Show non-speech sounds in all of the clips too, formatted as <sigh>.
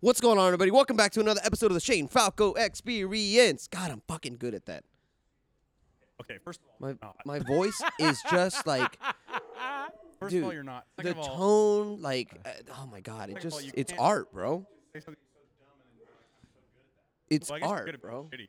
What's going on, everybody? Welcome back to another episode of the Shane Falco Experience. God, I'm fucking good at that. Okay, first of all, My you're not. my voice is just like first dude, of all, you're not. Second the of all, tone, like uh, oh my god, it Second of all, just you it's can't- art, bro. say something so dumb and It's well, I guess you're good art, at bro. being shitty.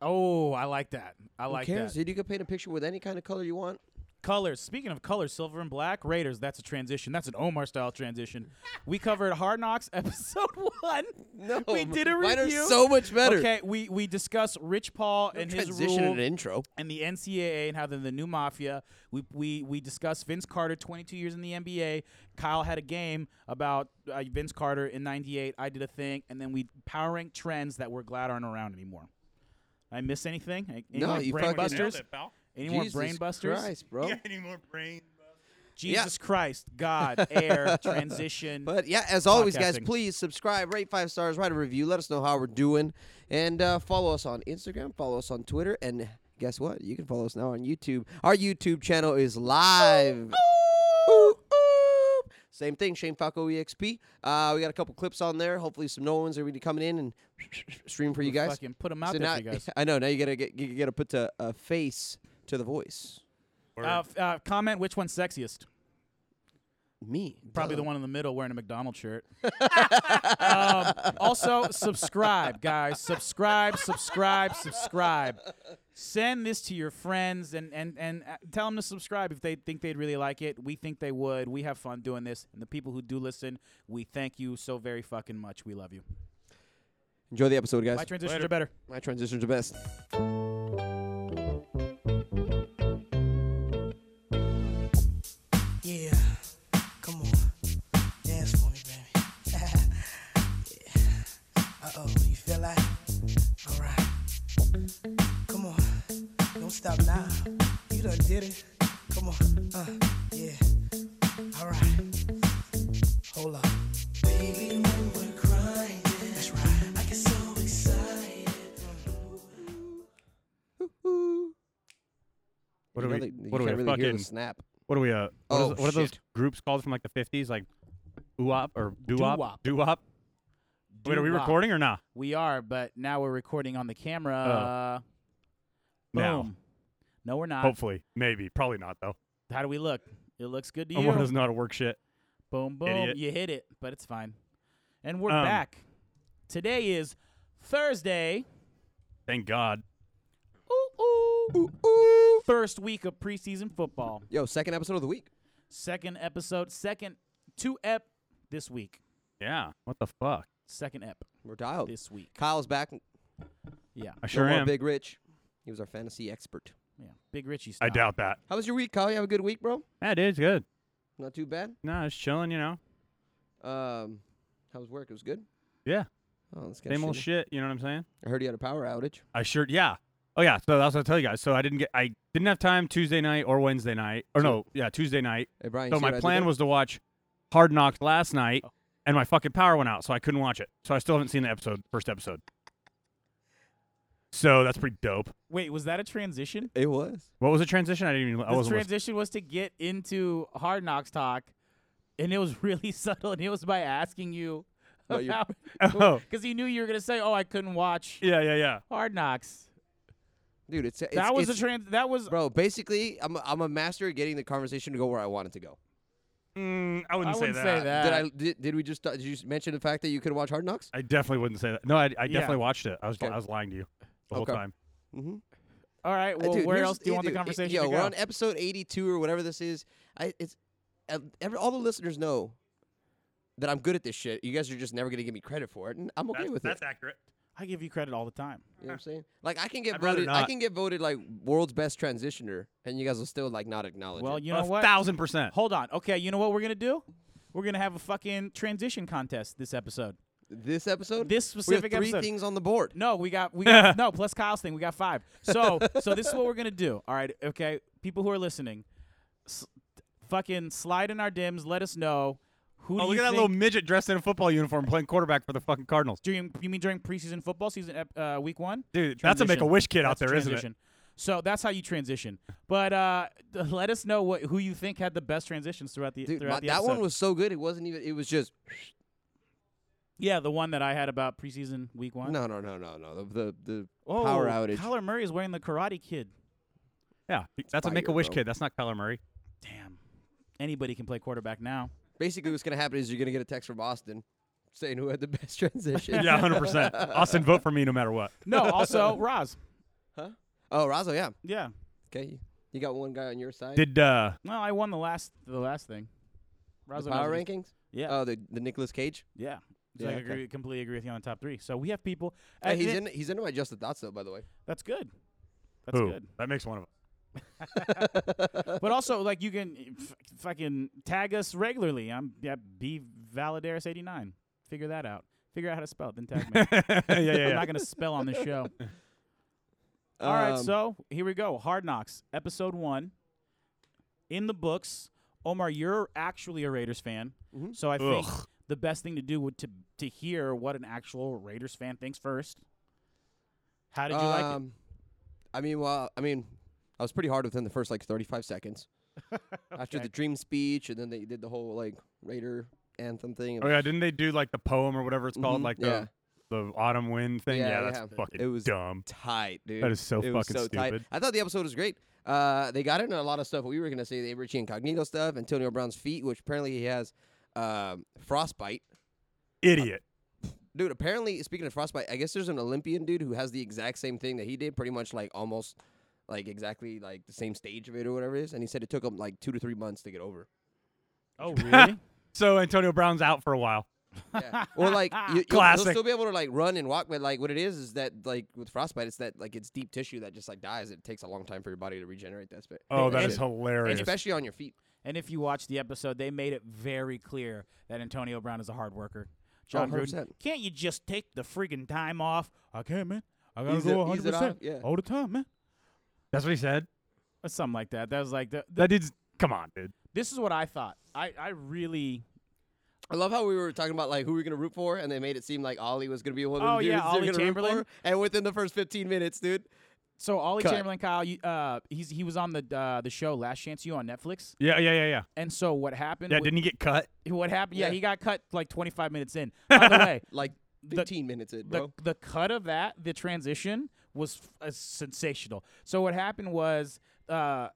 Oh, I like that. I Who like cares, that. dude? You can paint a picture with any kind of color you want. Colors. Speaking of colors, silver and black, Raiders, that's a transition. That's an Omar style <laughs> transition. We covered Hard Knocks episode <laughs> one. No, we did a mine are review. so much better. Okay, we, we discussed Rich Paul <laughs> and his Transition in rule an intro. and the NCAA and how they're the new mafia. We we we discussed Vince Carter, 22 years in the NBA. Kyle had a game about uh, Vince Carter in '98. I did a thing, and then we power rank trends that we're glad aren't around anymore. I miss anything? Any No, more you brain fucking- Nailed busters? it, pal. Any more Jesus brain busters? Christ, bro. <laughs> Yeah, any more brain? Jesus Christ, <laughs> God, air, transition. But yeah, as always, guys, Podcasting. please subscribe, rate five stars, write a review, let us know how we're doing, and uh, follow us on Instagram, follow us on Twitter, and guess what? You can follow us now on YouTube. Our YouTube channel is live. Ooh, ooh. Same thing, Shane Falco EXP. Uh, we got a couple clips on there. Hopefully, some new ones are going to be coming in and <sniffs> stream for you guys. Fucking put them out So there now- for you guys. <laughs> I know. Now you gotta get you gotta put a, a face to the voice. Or Uh, f- uh, comment which one's sexiest. Me, Probably duh. the one in the middle wearing a McDonald's <laughs> shirt. um, also, subscribe, guys. Subscribe, subscribe, subscribe. Send this to your friends and, and, and uh, tell them to subscribe if they think they'd really like it. We think they would. We have fun doing this. And the people who do listen, we thank you so very fucking much. We love you. Enjoy the episode, guys. My transitions Later. are better. My transitions are best. Yeah, come on, dance for me, baby. <laughs> Uh oh, you feel that? Alright. Come on, don't stop now. You done did it. Come on, uh, yeah. Alright, hold up. Baby, when we're grinding, that's right. I get so excited. what You are we? know that- you What are we? can't a really hear the fucking. snap. What are we? Uh. What, Oh, is, what are those shit. groups called from like the fifties? Like, ooh-wop or doo-wop? Doo-wop. Doo-wop. Wait, are we Doo-wop. recording or not? We are, but now we're recording on the camera. Uh, Now. Boom. No, we're not. Hopefully, maybe, probably not though. How do we look? It looks good to you. I'm one of those not a work shit. Boom, boom. Idiot. You hit it, but it's fine. And we're Um, back. Today is Thursday. Thank God. Ooh, ooh. Ooh. First week of preseason football. Yo, second episode of the week. Second episode, second two ep this week. Yeah. What the fuck? Second ep We're Oh. dialed. this week. Kyle's back. No Yeah. I sure more am. Big Rich. He was our fantasy expert. Yeah. Big Richie style. I doubt that. How was your week, Kyle? You have a good week, bro? That is good. Not too bad. Nah, it's chilling. You know. Um, how was work? It was good. Yeah. Oh, let's get Same old shit. You know what I'm saying? I heard you had a power outage. I sure, yeah. Oh yeah, so that's what I tell you guys. So I didn't get, I didn't have time Tuesday night or Wednesday night, or no, yeah, Tuesday night. Hey, Brian. So see what I my did plan there? was to watch Hard Knocks last night, Oh. and my fucking power went out, so I couldn't watch it. So I still haven't seen the episode, first episode. So that's pretty dope. Wait, was that a transition? It was. What was the transition? I didn't even. I The wasn't. listening. transition was to get into Hard Knocks talk, and it was <laughs> really subtle, and it was by asking you No, you- about <laughs> <laughs> Oh. because he knew you were gonna say, "Oh, I couldn't watch yeah, yeah, yeah. Hard Knocks." Dude, it's, it's that was it's, a trans. That was Bro, basically, I'm a, I'm a master at getting the conversation to go where I want it to go. Mm, I wouldn't, I say, wouldn't that. say that. did I? Did, did we just? Did you s- mention the fact that you could watch Hard Knocks? I definitely wouldn't say that. No, I, I definitely watched it. I was, Okay. I was lying to you the Okay. whole time. Mm-hmm. All right. Uh, Well, dude, where here's- else do you yeah, want dude, the it- conversation Yo, to go? we're on episode 82 or whatever this is. I it's uh, every, all the listeners know that I'm good at this shit. You guys are just never gonna give me credit for it, and I'm okay with it. accurate. e I give you credit all the time. You know what I'm saying? Like I can get I'd rather voted. I not. can get voted like world's best transitioner, and you guys will still like not acknowledge Well, it. you know a what? thousand percent. Hold on. Okay, you know what we're gonna do? We're gonna have a fucking transition contest this episode. This episode, This we specific have three episode. things on the board. No, we <laughs> got we got no plus Kyle's thing. We got five. So so this is what we're gonna do. All right. Okay, people who are listening, s- fucking slide in our dims. Let us know who. Oh, do look you at that think- little midget dressed in a football uniform playing quarterback for the fucking Cardinals. During, you mean during preseason football season, ep- uh, week one? Dude, that's a Transition. make a wish kid out That's there, isn't it? transition. So that's how you transition. But uh, <laughs> d- let us know what who you think had the best transitions throughout the Dude, throughout my- the that one episode. was so good. It wasn't even. It was just. Yeah, the one that I had about preseason week one. No, no, no, no, no. The the, the oh, power outage. Kyler Murray is wearing the Karate Kid. Yeah, that's a fire, Make a Wish bro. kid. That's not Kyler <laughs> Murray. Damn, anybody can play quarterback now. basically what's gonna happen is you're gonna get a text from Austin saying who had the best <laughs> transition. Yeah, hundred percent. Austin, vote for me no matter what. <laughs> No, also Roz. Oh, Razo, yeah. Yeah. Okay, you, you got one guy on your side. Did uh, No, I won the last the last thing. the Roz power rankings? Yeah. Oh, the the Nicolas Cage. yeah. So Yeah, I okay. agree, completely agree with you on the top three. So we have people. Hey, and he's it- in he's into my just the dots though. By the way, That's good. That's who? good. That makes one <laughs> of us. But also, like, you can f- fucking tag us regularly. I'm yeah, B Valadares eighty nine. Figure that out. Figure out how to spell it, then tag me. <laughs> yeah, yeah, I'm yeah. not gonna spell on this show. All right, Um, so here we go. Hard Knocks, episode one, in the books. Omar, you're actually a Raiders fan, Mhm. so I think the best thing to do would to to hear what an actual Raiders fan thinks first. How did you like it? um, I mean, well, I mean, I was pretty hard within the first like 35 <laughs> seconds after the dream speech, and then they did the whole like Raider anthem thing. Oh yeah, didn't they do like the poem or whatever it's called, Mm-hmm. Mhm, like yeah. the the autumn wind thing? Yeah, Yeah, that's yeah. fucking It was- uh, dumb. tight, dude. is so it was fucking so Tight. stupid. I thought the episode was great. Uh, they got into a lot of stuff. We were gonna say the Richie Incognito stuff, Antonio Brown's feet, which apparently he has um, frostbite. Idiot. Dude, apparently speaking of frostbite, I guess there's an Olympian dude who has the exact same thing that he did, pretty much like almost like exactly like the same stage of it or whatever it is. And he said it took him like two to three months to get over. <laughs> Oh, really? So Antonio Brown's out for a while. <laughs> Yeah. or like you, you'll- Classic. You'll still be able to like run and walk, but like what it is is that like with frostbite, it's that like it's deep tissue that just like dies. It takes a long time for your body to regenerate that spit. Oh, that And- is hilarious. especially on your feet. and if you watch the episode, they made it very clear that Antonio Brown is a hard worker. Oh, John Gruden, 100%. can't you just take the friggin' time off? I can't, man. I gotta Ease go it- 100 ease it off, percent yeah. all the time, man. That's what he said. Or something like that. That was like the, That dude's come on, dude. this is what I thought. I, I really I love how we were talking about like who we are gonna root for, and they made it seem like Ollie was gonna be one of Oh, the yeah, dudes they're Ollie gonna Chamberlain. root for. And within the first 15 minutes, dude, so Ollie Cut. Chamberlain Kyle. You, uh, he's he was on the uh, the show Last Chance You on Netflix. Yeah, yeah, yeah, yeah. And so what happened? Yeah, wa- didn't he get cut? what happened? Yeah, Yeah. he got cut like 25 minutes in. By the way, like The- 15 minutes in, the bro. the cut of that the transition was f- uh, sensational. So what happened was. Uh,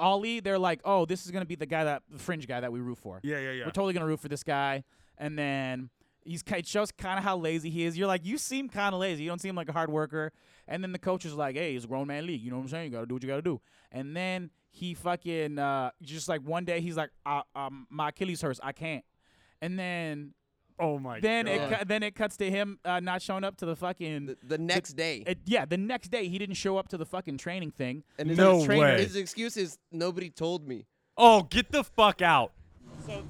Ollie, they're like, oh, this is gonna be the guy that the fringe guy that we root for. Yeah, yeah, yeah. we're totally gonna root for this guy. And then he's ki- it shows kind of how lazy he is. You're like, you seem kind of lazy. You don't seem like a hard worker. And then the coach is like, hey, it's a grown man league. You know what I'm saying? You gotta do what you gotta do. And then he fucking uh, just like one day he's like, I, um, my Achilles hurts. I can't. And then oh my then it God. cu- then it cuts to him uh, not showing up to the fucking. The, the next day, it- yeah, the next day he didn't show up to the fucking training thing. and his, No his trainer- way. His excuse is nobody told me. oh, get the fuck out.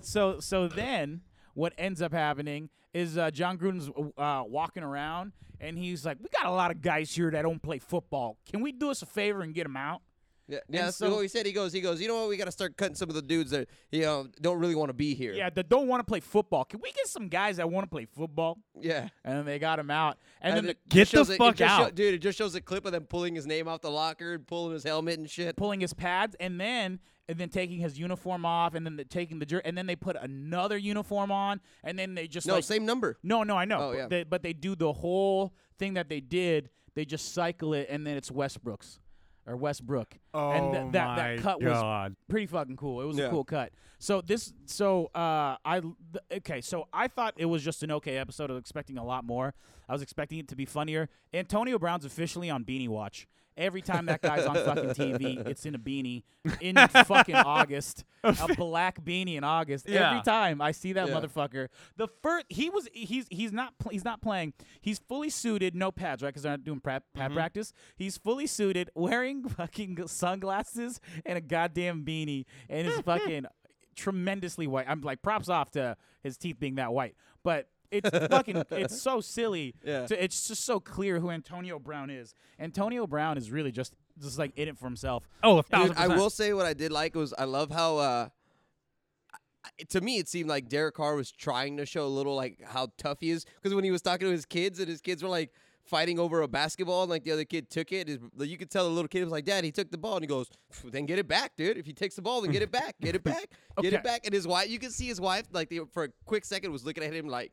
So so then what ends up happening is uh, John Gruden's uh, walking around and he's like, "We got a lot of guys here that don't play football. Can we do us a favor and get them out?" Yeah, yeah And that's so- what he said. He goes, he goes. You know what? We got to start cutting some of the dudes that you know don't really want to be here. Yeah, that don't want to play football. Can we get some guys that want to play football? yeah. And then they got him out. And, then it the, just Get the shows it- it fuck just show- out. dude! It just shows a clip of them pulling his name off the locker and pulling his helmet and shit. pulling his pads and then and then taking his uniform off and then the, taking the jer- and then they put another uniform on and then they just No, like, same number. No, no, I know. Oh, but, yeah. they, but they do the whole thing that they did. They just cycle it, and then it's Westbrook's or Westbrook. and th- Oh that that my cut was God. pretty fucking cool. It was a Yeah. cool cut. So this, so uh, I th- okay. So I thought it was just an okay episode. I was expecting a lot more. I was expecting it to be funnier. Antonio Brown's officially on beanie watch. Every time that guy's on fucking <laughs> TV, it's in a beanie in fucking August, a black beanie in August. Every Yeah. time I see that Yeah. motherfucker, the first he was he's he's not pl- he's not playing. He's fully suited, no pads, right? Because they're not doing pra- pad Mm-hmm. practice. He's fully suited, wearing <laughs> fucking sunglasses and a goddamn beanie, <laughs> and is fucking tremendously white. I'm like, props off to his teeth being that white, but. <laughs> It's fucking. It's so silly. Yeah. to- it's just so clear who Antonio Brown is. Antonio Brown is really just just like in it for himself. Oh, a Dude, thousand I percent. will say what I did like was I love how uh I- to me it seemed like Derek Carr was trying to show a little like how tough he is because when he was talking to his kids and his kids were like fighting over a basketball and like the other kid took it, his, like, you could tell the little kid was like, "Dad, he took the ball," and he goes, "Phew, "Then get it back, dude. If he takes the ball, then get it back, get it back, get <laughs> Okay. it back." And his wife, you could see his wife like they, for a quick second was looking at him like.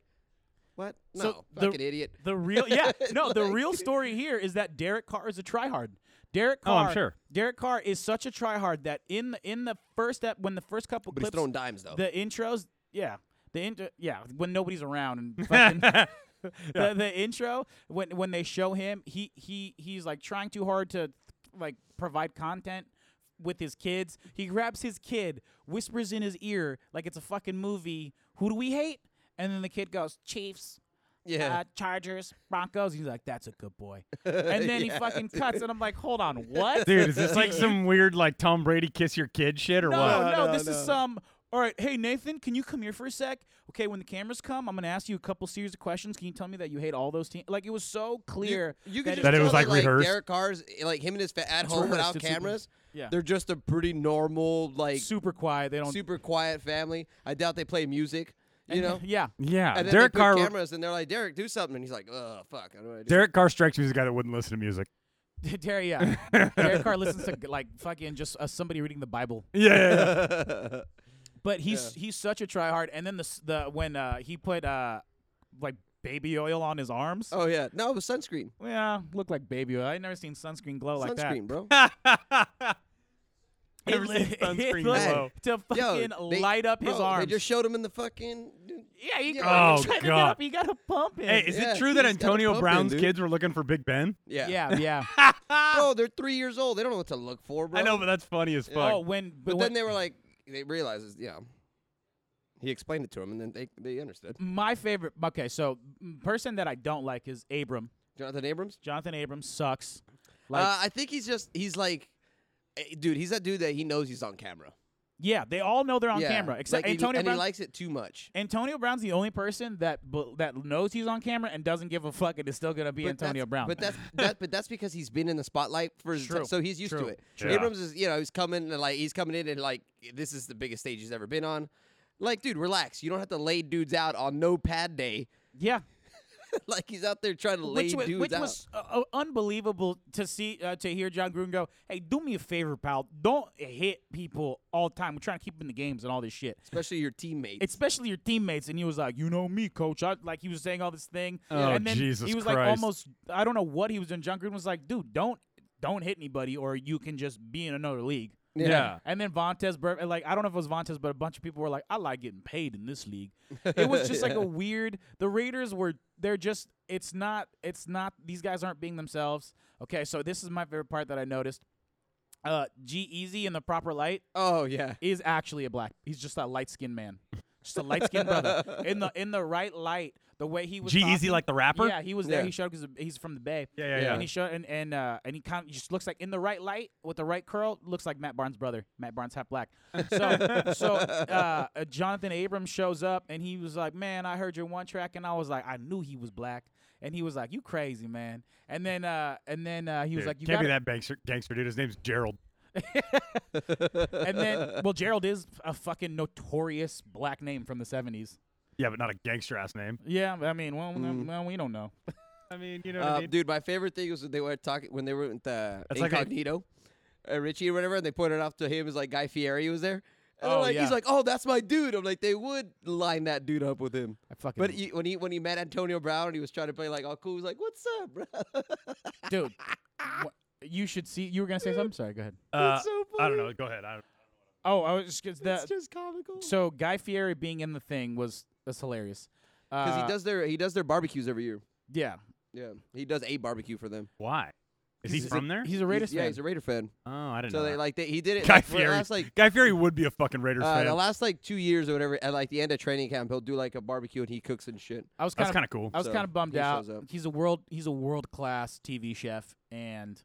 What? No, So the- fucking idiot. The real <laughs> yeah. No, the Like- real story here is that Derek Carr is a tryhard. Derek Oh, Carr I'm sure. Derek Carr is such a tryhard that in the in the first ep, when the first couple But he's clips throwing dimes though. the intros yeah. The intro yeah, when nobody's <laughs> around and fucking the, the intro when when they show him he he he's like trying too hard to like provide content with his kids he grabs his kid whispers in his ear like it's a fucking movie who do we hate and then the kid goes chiefs yeah. uh, Chargers, Broncos. He's like, that's a good <laughs> boy. And then he fucking cuts, and I'm like, hold on, what? Dude, is this like You- some weird like Tom Brady kiss your kid shit or No, what? no, No, this no. is some. All right, hey Nathan, can you come here for a sec? Okay, when the cameras come, I'm gonna ask you a couple series of questions. Can you tell me that you hate all those teams? Like it was so clear. You, you can that just That it tell was, like, rehearsed? Derek Carr's like him and his fa- at It's home rehearsed, without it's super- cameras. yeah. They're just a pretty normal like super, super quiet. They don't. quiet family. I doubt they play music. <laughs> You know. Yeah. Yeah, And then Derek they put Carr. cameras and they're like, Derek, do something, and he's like, Ugh, fuck, I don't know. What to do. Derek Carr strikes me as a guy that wouldn't listen <laughs> to music. Derek, yeah. <laughs> Derek Carr listens to like fucking just uh, somebody reading the Bible. Yeah, yeah, yeah. But he's he's such a tryhard. And then the s- the when uh, he put uh like baby oil on his arms. <laughs> oh yeah, no, it was sunscreen. Yeah, look like baby oil. I never seen sunscreen glow like that. sunscreen, <laughs> bro. It Never seen li- sunscreen it looked glow. to Yo, fucking they- light up his bro, arms. They just showed him in the fucking. yeah, he, Yeah. oh, Oh, tried to get God. up. He got a pump in. hey, is Yeah, it true that he's got a Antonio pump in, Brown's dude. kids were looking for Big Ben? Yeah. yeah, <laughs> yeah. Bro, they're three years old. They don't know what to look for, bro. I know, but that's funny as fuck. oh, when But when, then they were like, they realized, it's- yeah. He explained it to him, and then they they understood. my favorite. Okay, so mm, person that I don't like is Abram. Jonathan Abrams. Jonathan Abram sucks. Like, uh, I think he's just he's like, eh, dude, he's that dude that he knows he's on camera. yeah, they all know they're on Yeah, camera except like, and he- Antonio and Brown. he likes it too much. Antonio Brown's the only person that bel- that knows he's on camera and doesn't give a fuck and is still gonna be But Antonio that's- Brown. but <laughs> that's that, but that's because he's been in the spotlight for his True, so he's used to true, it. true. Abrams is you know he's coming and like he's coming in and like this is the biggest stage he's ever been on. Like, dude, relax. You don't have to lay dudes out on no pad day. <laughs> yeah, like he's out there trying to lay which was, dudes which out. was uh, uh, unbelievable to see uh, to hear John Gruden go, "Hey, do me a favor, pal. Don't hit people all the time. We're trying to keep them in the games and all this shit, Especially your teammates. especially your teammates." And he was like, "You know me, coach. I, like he was saying all this thing, Oh, and then Jesus he was like Christ. almost I don't know what he was doing. John Gruden was like, "Dude, don't don't hit anybody, or you can just be in another league." yeah. And then Vontez, Bur- and, like I don't know if it was Vontez, but a bunch of people were like, "I like getting paid in this league." It was <laughs> just like a weird. The Raiders were they're just it's not it's not these guys aren't being themselves. Okay, so this is my favorite part that I noticed. Uh, G Easy in the proper light oh yeah. is actually a black. He's just a light skinned man, just a light skinned brother in the in the right light. The way he was G Easy talking- like the rapper? Yeah, he was there. Yeah. He showed because he's from the Bay. yeah, yeah. Yeah. yeah. And he showed and and uh, and he kind of just looks like in the right light with the right curl looks like Matt Barnes' brother. Matt Barnes half black. <laughs> So so uh, uh, Jonathan Abrams shows up and he was like, "Man, I heard your one track," and I was like, "I knew he was black." And he was like, "You crazy man." And then uh, and then uh, he was Dude, like, "You can't got be that gangster, gangster dude. His name's Gerald. And then well, Gerald is a fucking notorious black name from the '70s. Yeah, but not a gangster ass name. Yeah, I mean, well, Mm. well we don't know. I mean, you know Uh, dude, my favorite thing was when they were talking when they were with the That's like a- incognito, uh, Richie or whatever, and they pointed off to him as like Guy Fieri was there. And I'm Oh, like, yeah. he's like, oh, that's my dude. I'm like, they would line that dude up with him. I fucking But he, when he when he met Antonio Brown and he was trying to play like all cool, he's like, what's up, bro? <laughs> Uh, dude, what, you should see. You were gonna say something. Sorry, go ahead. Uh, That's so I don't funny. know. Go ahead. I, Oh, I was just That's that. just comical. Because So Guy Fieri being in the thing was was hilarious. Because uh, he does their he does their barbecues every year. yeah. Yeah, he does a barbecue for them. why? Is he He's- from there? He's a Raiders He's- yeah, fan. he's a Raider fan. oh, I didn't So know. they that. like they, he did it Guy like, for the Fieri. last like Guy Fieri would be a fucking Raiders uh, fan. the last like two years or whatever. At like the end of training camp, he'll do like a barbecue and he cooks and shit. I was kind That's of kind of cool. I was So, kind of bummed he out. shows up. He's a world he's a world class TV chef and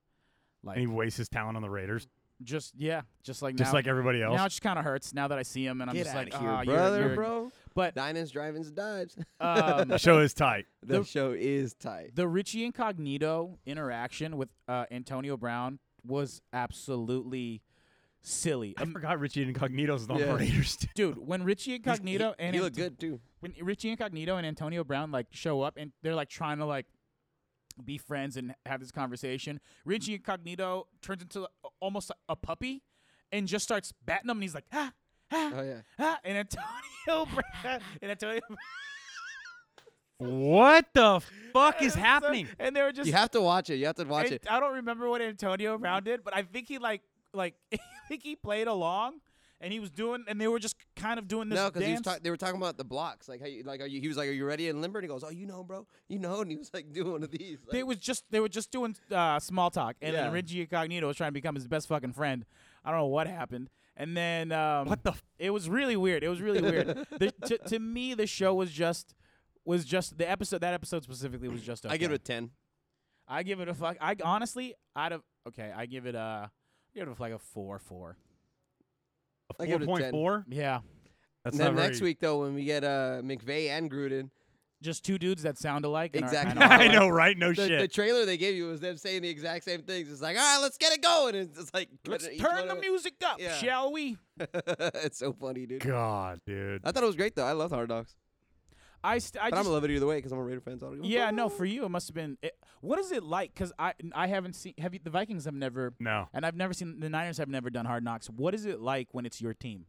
like and he wastes his talent on the Raiders, just yeah just like just now, like everybody else. now it just kind of hurts now that I see him and I'm Get just outta like here, "Ah, you're- brother, you're-" bro. But Dinings, drive-ins, and dives. <laughs> um, the show is tight. The The- show is tight. the Richie Incognito interaction with uh, Antonio Brown was absolutely silly. I Um, forgot Richie Incognito's on Yeah. the Raiders. too. dude, when Richie Incognito he, and he Ant- looked good too. when Richie Incognito and Antonio Brown like show up and they're like trying to like be friends and have this conversation, Richie Incognito turns into a- almost a puppy and just starts batting him and he's like, ah, ah, Oh yeah. <laughs> ah, and Antonio Brown and Antonio <laughs> What the fuck is <laughs> happening? and they were just You have to watch it. You have to watch I, it. I don't remember what Antonio Brown did, but I think he like like <laughs> I think he played along, and he was doing, and they were just kind of doing this No, because dance. they were talking about the blocks, like how you, like are you, he was like, "Are you ready?" And Limber, and he goes, "Oh, you know, bro, you know." And he was like, "Do one of these." they like- was just they were just doing uh, small talk, and Yeah. then Reggie Incognito was trying to become his best fucking friend. I don't know what happened, and then um, What the? F- It was really weird. It was <laughs> really weird. The, to, to me, the show was just was just the episode. That episode specifically was just. Okay. I give it a ten. I give it a fuck. I honestly, out of okay, I give it a. I give it like a four, four. I give it a 10. 4.4? Yeah, That's And then not next very- week though, when we get uh McVeigh and Gruden, just two dudes that sound alike. and are Exactly. <laughs> <laughs> kinda I alike. know, right? No the, shit. the trailer they gave you was them saying the exact same things. It's like, all right, let's get it going. And it's just like, Let's each one turn the of- music up, Yeah. shall we? <laughs> it's so funny, dude. God, dude. I thought it was great though. I love Hard Dogs, I st- I but I'm just a love it either way because I'm a Raider fan. So I don't give a yeah fuck. no for you it must have been. It, what is it like? Because I I haven't seen have you the Vikings have never No. and I've never seen the Niners have never done Hard Knocks. What is it like when it's your team?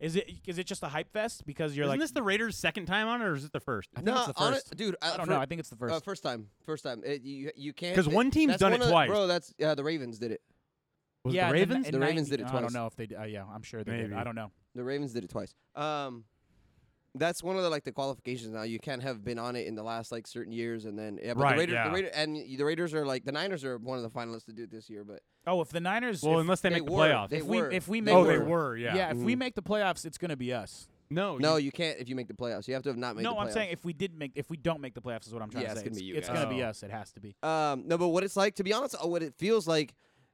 Is it is it just a hype fest because you're Isn't like this the Raiders' second time on, it, or is it the first? I think No, it's the hone- first. dude. I don't for- know. I think it's the first. Uh, first time, first time. It, you you can't 'Cause it- one team's that's done one it of the- twice. bro. That's yeah, the Ravens did it. Was it yeah, the and- Ravens? and The Ravens 90 did it I don't twice. know if they. Did. Uh, yeah, I'm sure they did. Maybe. I don't know. The Ravens did it twice. Um, that's one of the like the qualifications now. You can't have been on it in the last like certain years, and then yeah, but Right, the Raiders, yeah. the Raiders, and y- the Raiders are like the Niners are one of the finalists to do it this year, but Oh, if the Niners. well, if, unless they, they make the were, playoffs. they if we were. if we They make oh, the, they were. Mm. were. Yeah. if we make the playoffs, it's gonna be us. <laughs> No. no, you- you can't if you make the playoffs. You have to have not made. no, the I'm saying playoffs. if we did make if we don't make the playoffs is what I'm trying Yeah, it's to say. gonna be you it's guys. gonna be Oh. us. It has to be. Um, no, but what it's like to be honest, uh, what it feels like,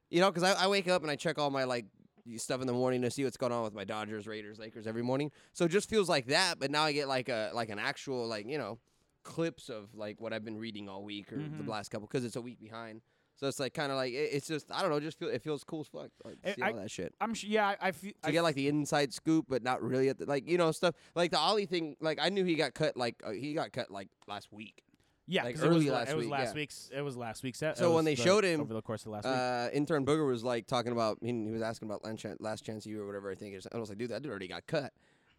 you know, because I, I wake up and I check all my like y- stuff in the morning to see what's going on with my Dodgers, Raiders, Lakers every morning. So it just feels like that, but now I get like a like an actual like you know clips of like what I've been reading all week or Mhm. the last couple because it's a week behind. So it's like kind of like it, it's just I don't know, it just feel it feels cool as fuck like to I- see I- all that shit. I'm sure. Yeah, I, I feel. To get like the inside scoop, but not really at the, like you know stuff like the Ollie thing. Like I knew he got cut like uh, he got cut like last week. yeah, like 'cause it was, early la- last it was week, last yeah. week's. It was last week's. set. It So when was they the- showed him, over the course of last week. Uh, intern Booger was like talking about, he, he was asking about last chance, last chance you or whatever. I think or something. I was like, dude, that dude already got cut.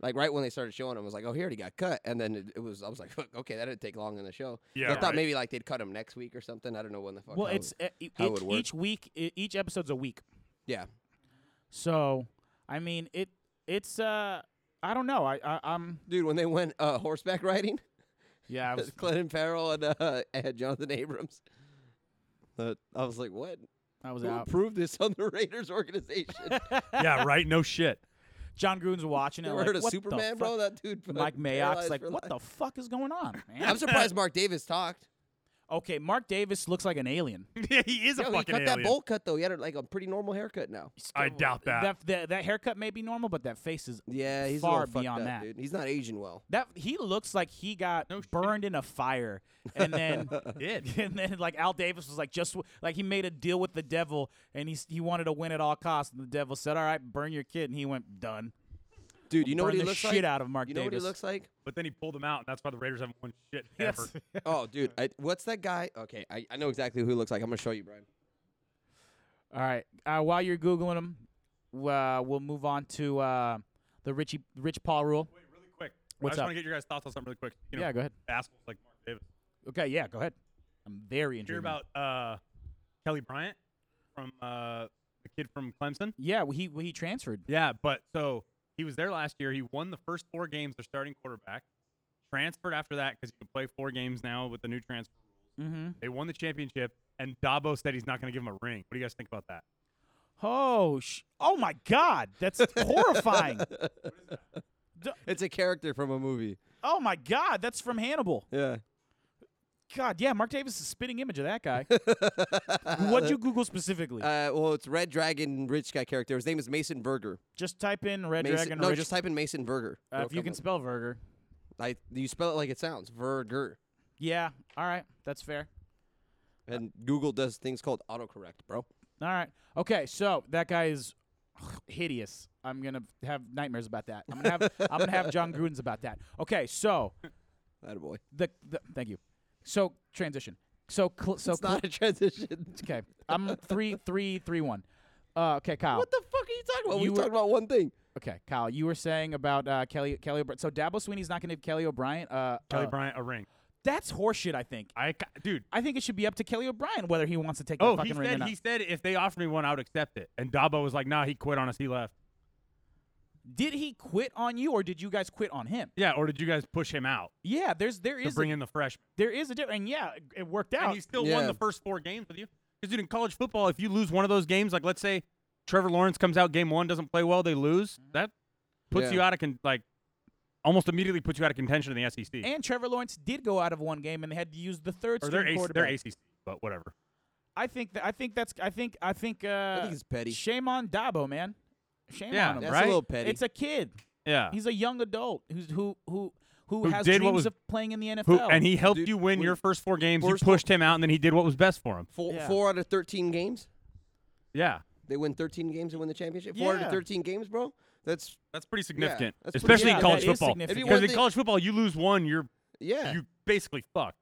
Like right when they started showing him, I was like, oh, he already got cut. And then it, it was, I was like, fuck, okay, that didn't take long in the show. So Yeah, I thought right. maybe like they'd cut him next week or something. I don't know when the fuck. Well, that it's was. uh, e- how it each- would work. each week. i- Each episode's a week. yeah. So, I mean, it it's uh, I don't know. I, I I'm Dude, when they went uh, horseback riding, <laughs> yeah. I was, Clinton Farrell and, uh, <laughs> and Jonathan Abrams. Uh, I was like, what? I was Who out. approved this on the <laughs> Raiders <laughs> organization? <laughs> yeah. Right. No shit. <laughs> John Gruden's watching they it. were Like, heard of what Superman, the bro. fuck? That dude. <laughs> Mike fucking Mayock's paralyzed like, for what life. the fuck is <laughs> going on, I'm <laughs> man? surprised Mark Davis talked. okay, Mark Davis looks like an alien. he is a Yo, he fucking cut that alien. bowl cut though. He had a, like a pretty normal haircut now. I doubt that. That, that that haircut may be normal, but that face is Yeah, he's far a little beyond fucked up, that. dude. He's not aging well. That he looks like he got No shit. burned in a fire, <laughs> and then Did. <laughs> and then like Al Davis was like just w- like he made a deal with the devil, and he s- he wanted to win at all costs, and the devil said, "All right, burn your kid," and he went done. Dude, you know what Burn he the looks shit like? out of Mark you know what he Davis. looks <laughs> like? But then he pulled him out, and that's why the Raiders haven't won shit ever. <laughs> Yes. Oh, dude, I, what's that guy? Okay, I, I know exactly who he looks like. I'm gonna show you, Brian. all right. Uh, while you're googling him, uh, we'll move on to uh, the Richie Rich Paul rule. Wait, really quick. What's I just up? want to get your guys' thoughts on something really quick. You know, Yeah, go ahead. Assholes like Mark Davis. Okay, yeah, go ahead. I'm very Hear intrigued. about uh, Kelly Bryant from uh, the kid from Clemson? Yeah, well, he well, he transferred. Yeah, but so he was there last year. He won the first four games. Their starting quarterback transferred after that because you can play four games now with the new transfer. Mm-hmm. They won the championship, and Dabo said he's not going to give him a ring. What do you guys think about that? Oh, sh- oh my God, <laughs> that's horrifying. D- It's a character from a movie. oh my God, that's from Hannibal. Yeah. God, yeah, Mark Davis is a spitting image of <laughs> that guy. What'd you Google specifically? Uh, well, it's Red Dragon Rich guy character. His name is Mason Berger. just type in Red Mason, Dragon. no, Rich- just type in Mason Berger. uh, It'll if you come can up. spell Verger. I, you spell it like it sounds, Verger. Yeah, all right, that's fair. And Google does things called autocorrect, bro. All right, okay, so that guy is <sighs> hideous. I'm gonna have nightmares about that. I'm gonna have I'm gonna have John Gruden's about that. Okay, so That boy. the, the thank you. So transition. So cl- so it's not a transition. <laughs> Okay, I'm three, three, three, one. Uh, okay, Kyle. what the fuck are you talking about? You we were- talking about one thing. okay, Kyle. You were saying about uh, Kelly, Kelly. O'Br- so Dabo Sweeney's not going to give Kelly O'Brien. Uh, Kelly uh, Bryant a ring. That's horseshit. I think. I ca- dude. I think it should be up to Kelly O'Brien whether he wants to take Oh, that he fucking ring or said not. he said if they offered me one, I would accept it. And Dabo was like, Nah, he quit on us. He left. Did he quit on you, or did you guys quit on him? Yeah. Or did you guys push him out Yeah, there's there to is bring a, in the freshman? there is a difference, and yeah, it- it worked And out. he still won Yeah. the first four games with you. Because dude, in college football, if you lose one of those games, like let's say Trevor Lawrence comes out game one, doesn't play well, they lose. Mm-hmm. That puts Yeah. you out of con- like almost immediately puts you out of contention in the E SEC And Trevor Lawrence did go out of one game, and they had to use the third or their string AC- their quarterback. ACC, but whatever. I think that I think that's I think I think uh, I think it's petty. Shame on Dabo, man. Shame Yeah, on him. That's right? a little petty. Um, It's a kid. Yeah. He's a young adult who's who who who, Who has did what dreams was- of playing in the NFL. Who, and he helped Dude, you win we- your first four games. You first pushed him out, and then he did what was best for him. Four, Yeah. four out of 13 games? Yeah, They win 13 games and win the championship? Four out Yeah. of 13 games, bro? That's, that's pretty significant, that's pretty- especially yeah, in that college is football. significant. It'd be Because one in thing- college football, you lose one, you're yeah. you basically fucked.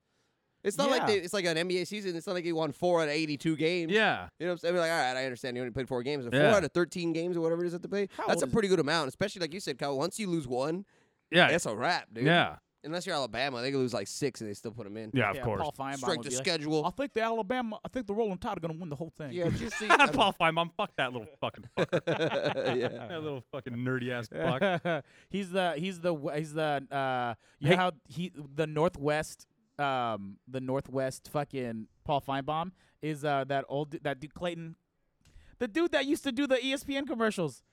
it's not like Yeah. they, it's like an NBA season. It's not like he won four out of 82 games. Yeah, You know what I'm saying? Like, all right, I understand you only played four games. But Yeah. Four out of 13 games or whatever it is that they play, How that's old a is- pretty good amount, especially like you said, Kyle. Once you lose one, yeah, that's a wrap, dude. yeah, Unless you're Alabama, they could lose like six and they still put him in. yeah. Of yeah, course, <laughs> Paul Feinbaum Strike would the be like, schedule. I think the Alabama. I think the Rolling Tide are going to win the whole thing. Yeah, just <laughs> see. Paul Feinbaum, fuck that little fucking <laughs> fucker. yeah. <laughs> that little fucking nerdy ass <laughs> fuck. <laughs> he's the he's the w- he's the uh you know Hey- how he the Northwest um the Northwest fucking Paul Feinbaum is uh that old du- that dude Clayton the dude that used to do the E ESPN commercials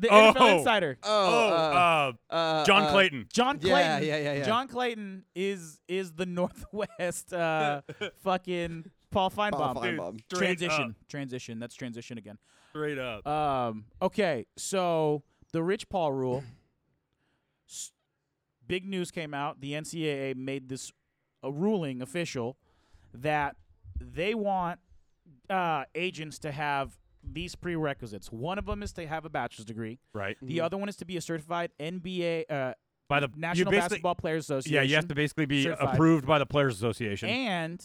the Oh. NFL insider Oh, <laughs> Oh, uh, uh, uh, John uh, Clayton. John Clayton Yeah, yeah, yeah, yeah. John Clayton is is the <laughs> Northwest uh fucking Paul Feinbaum, Paul Dude, Feinbaum. Straight transition transition that's transition again Straight up. um. Okay. So the Rich Paul rule. S- Big news came out. The NCAA made this a ruling official that they want uh, agents to have these prerequisites. One of them is to have a bachelor's degree. right. The other one is to be a certified NBA uh, By the Mm-hmm. you National basically- Basketball Players Association. Yeah, you have to basically be certified. approved by the Players Association And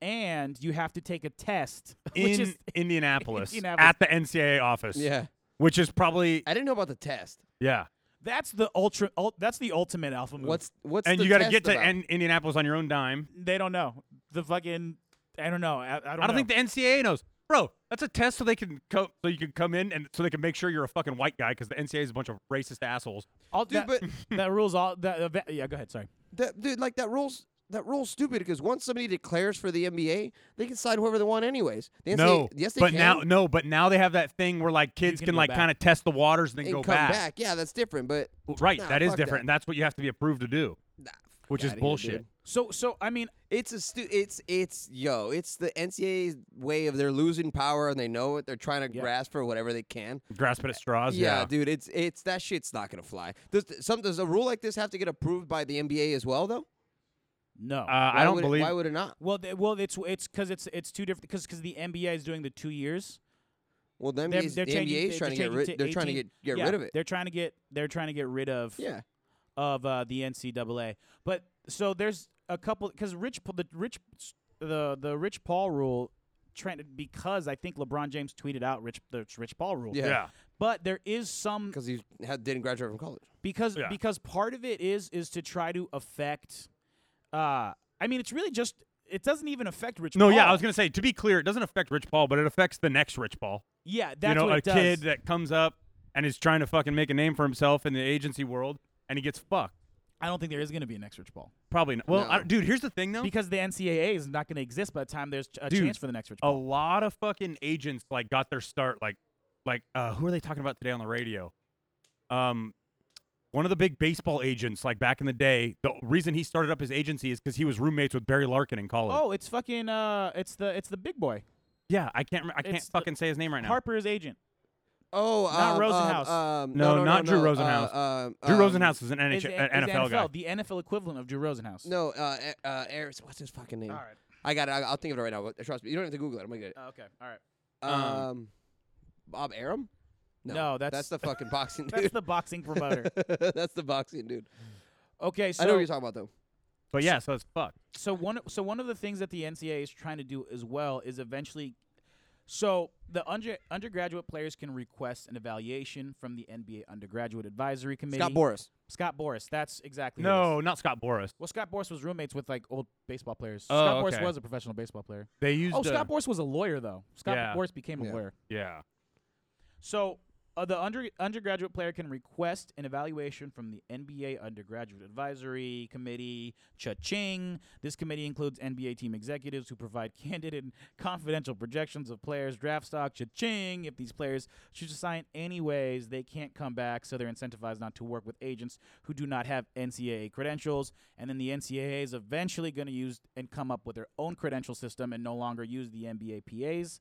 and you have to take a test, <laughs> which in is Indianapolis, Indianapolis. at the NCAA office. Yeah. which is probably I didn't know about the test. yeah. that's the ultra. Ul- that's the ultimate alpha move. What's what's and the you got to test get to about? N- Indianapolis on your own dime. They don't know. The fucking I don't know. I, I don't, I don't know. think the NCAA knows, bro. That's a test so they can co- so you can come in and so they can make sure you're a fucking white guy because the NCAA is a bunch of racist assholes. all, dude, that, <laughs> that rules all. That, uh, va- yeah, go ahead. Sorry. that, dude, like that rules that rule's stupid because once somebody declares for the NBA, they can sign whoever they want anyways. The NCAA, no, yes, they but can. now no, but now they have that thing where like kids can can go like back. kind of test the waters and then and go come Yeah, that's different. But Well, Right, Nah, that is fuck different, that. and that's what you have to be approved to do, nah, fuck which is outta here, bullshit. dude. So so I mean It's a stu- it's it's yo, it's the NCAA's way of they're losing power and they know it. They're trying to Yeah. grasp for whatever they can. Grasp it at straws. Yeah, Yeah, dude, it's it's that shit's not gonna fly. Does some does a rule like this have to get approved by the NBA as well though? no. Uh, I Why don't would it- believe. why would it not? well, th- well, it's it's because it's it's two different because because the NBA is doing the two years. Well, the They're- NBA's, they're the changing- NBA's they're trying to get changing rid. to they're trying to 18 get get Yeah, rid of it. They're trying to get they're trying to get rid of Yeah, of uh, the NCAA. But so there's a couple because Rich Pa- the Rich the the Rich Paul rule. Trent, because I think LeBron James tweeted out Rich the Rich Paul rule. Yeah. yeah, But there is some because he had, didn't graduate from college. because Yeah. because part of it is is to try to affect uh I mean it's really just it doesn't even affect Rich no, Paul. yeah. I was gonna say to be clear, it doesn't affect Rich Paul, but it affects the next Rich Paul. Yeah, that's you know, what a it does. kid that comes up and is trying to fucking make a name for himself in the agency world, and he gets fucked. I don't think there is going to be an next Rich Paul Probably not. Well, I- No. dude, here's the thing though. because the NCAA is not going to exist by the time there's a Dude, Oh, chance for the next Rich a Paul. lot of fucking agents like got their start like like uh who are they talking about today on the radio um one of the big baseball agents like back in the day the reason he started up his agency is because he was roommates with barry larkin in college Oh, it's fucking uh it's the it's the big boy. yeah i can't rem- i can't uh, it's the- fucking say his name right now Harper's agent. Oh, Not um, Rosenhaus. Um, um, No, no, no, not no, Drew no, Rosenhaus. Uh, um, drew um, rosenhaus is an NHL, Is, uh, is nfl, guy NFL, the NFL equivalent of Drew Rosenhaus. No, uh, e- uh, Eris, what's his fucking name? All right. I got it. I- I'll think of it right now. but Trust me. You don't have to Google it. I'm gonna get it. Oh, okay. All right. Um, Um, Bob Arum. uh. No, that's- that's the fucking boxing <laughs> That's dude. the <laughs> boxing promoter. that's the boxing dude. Okay, so I know what you're talking about though. but yeah so it's fucked so one so one of the things that the NCAA is trying to do as well is eventually so the under, undergraduate players can request an evaluation from the NBA undergraduate advisory committee. Scott Boris. Scott Boris. That's exactly who it is. No, not Scott Boris. Well, Scott Boris was roommates with like old baseball players. Oh, Scott Boris okay. was a professional baseball player. They used. Oh, a- Scott Boris was a lawyer though. Scott Yeah. Boris became a Yeah. lawyer. Yeah. So uh, the under, undergraduate player can request an evaluation from the NBA Undergraduate Advisory Committee. Cha-ching! This committee includes NBA team executives who provide <laughs> candid and confidential projections of players' draft stock. Cha-ching! If these players choose to sign anyways, they can't come back, so they're incentivized not to work with agents who do not have NCAA credentials. And then the NCAA is eventually going to use and come up with their own credential system and no longer use the NBA PA's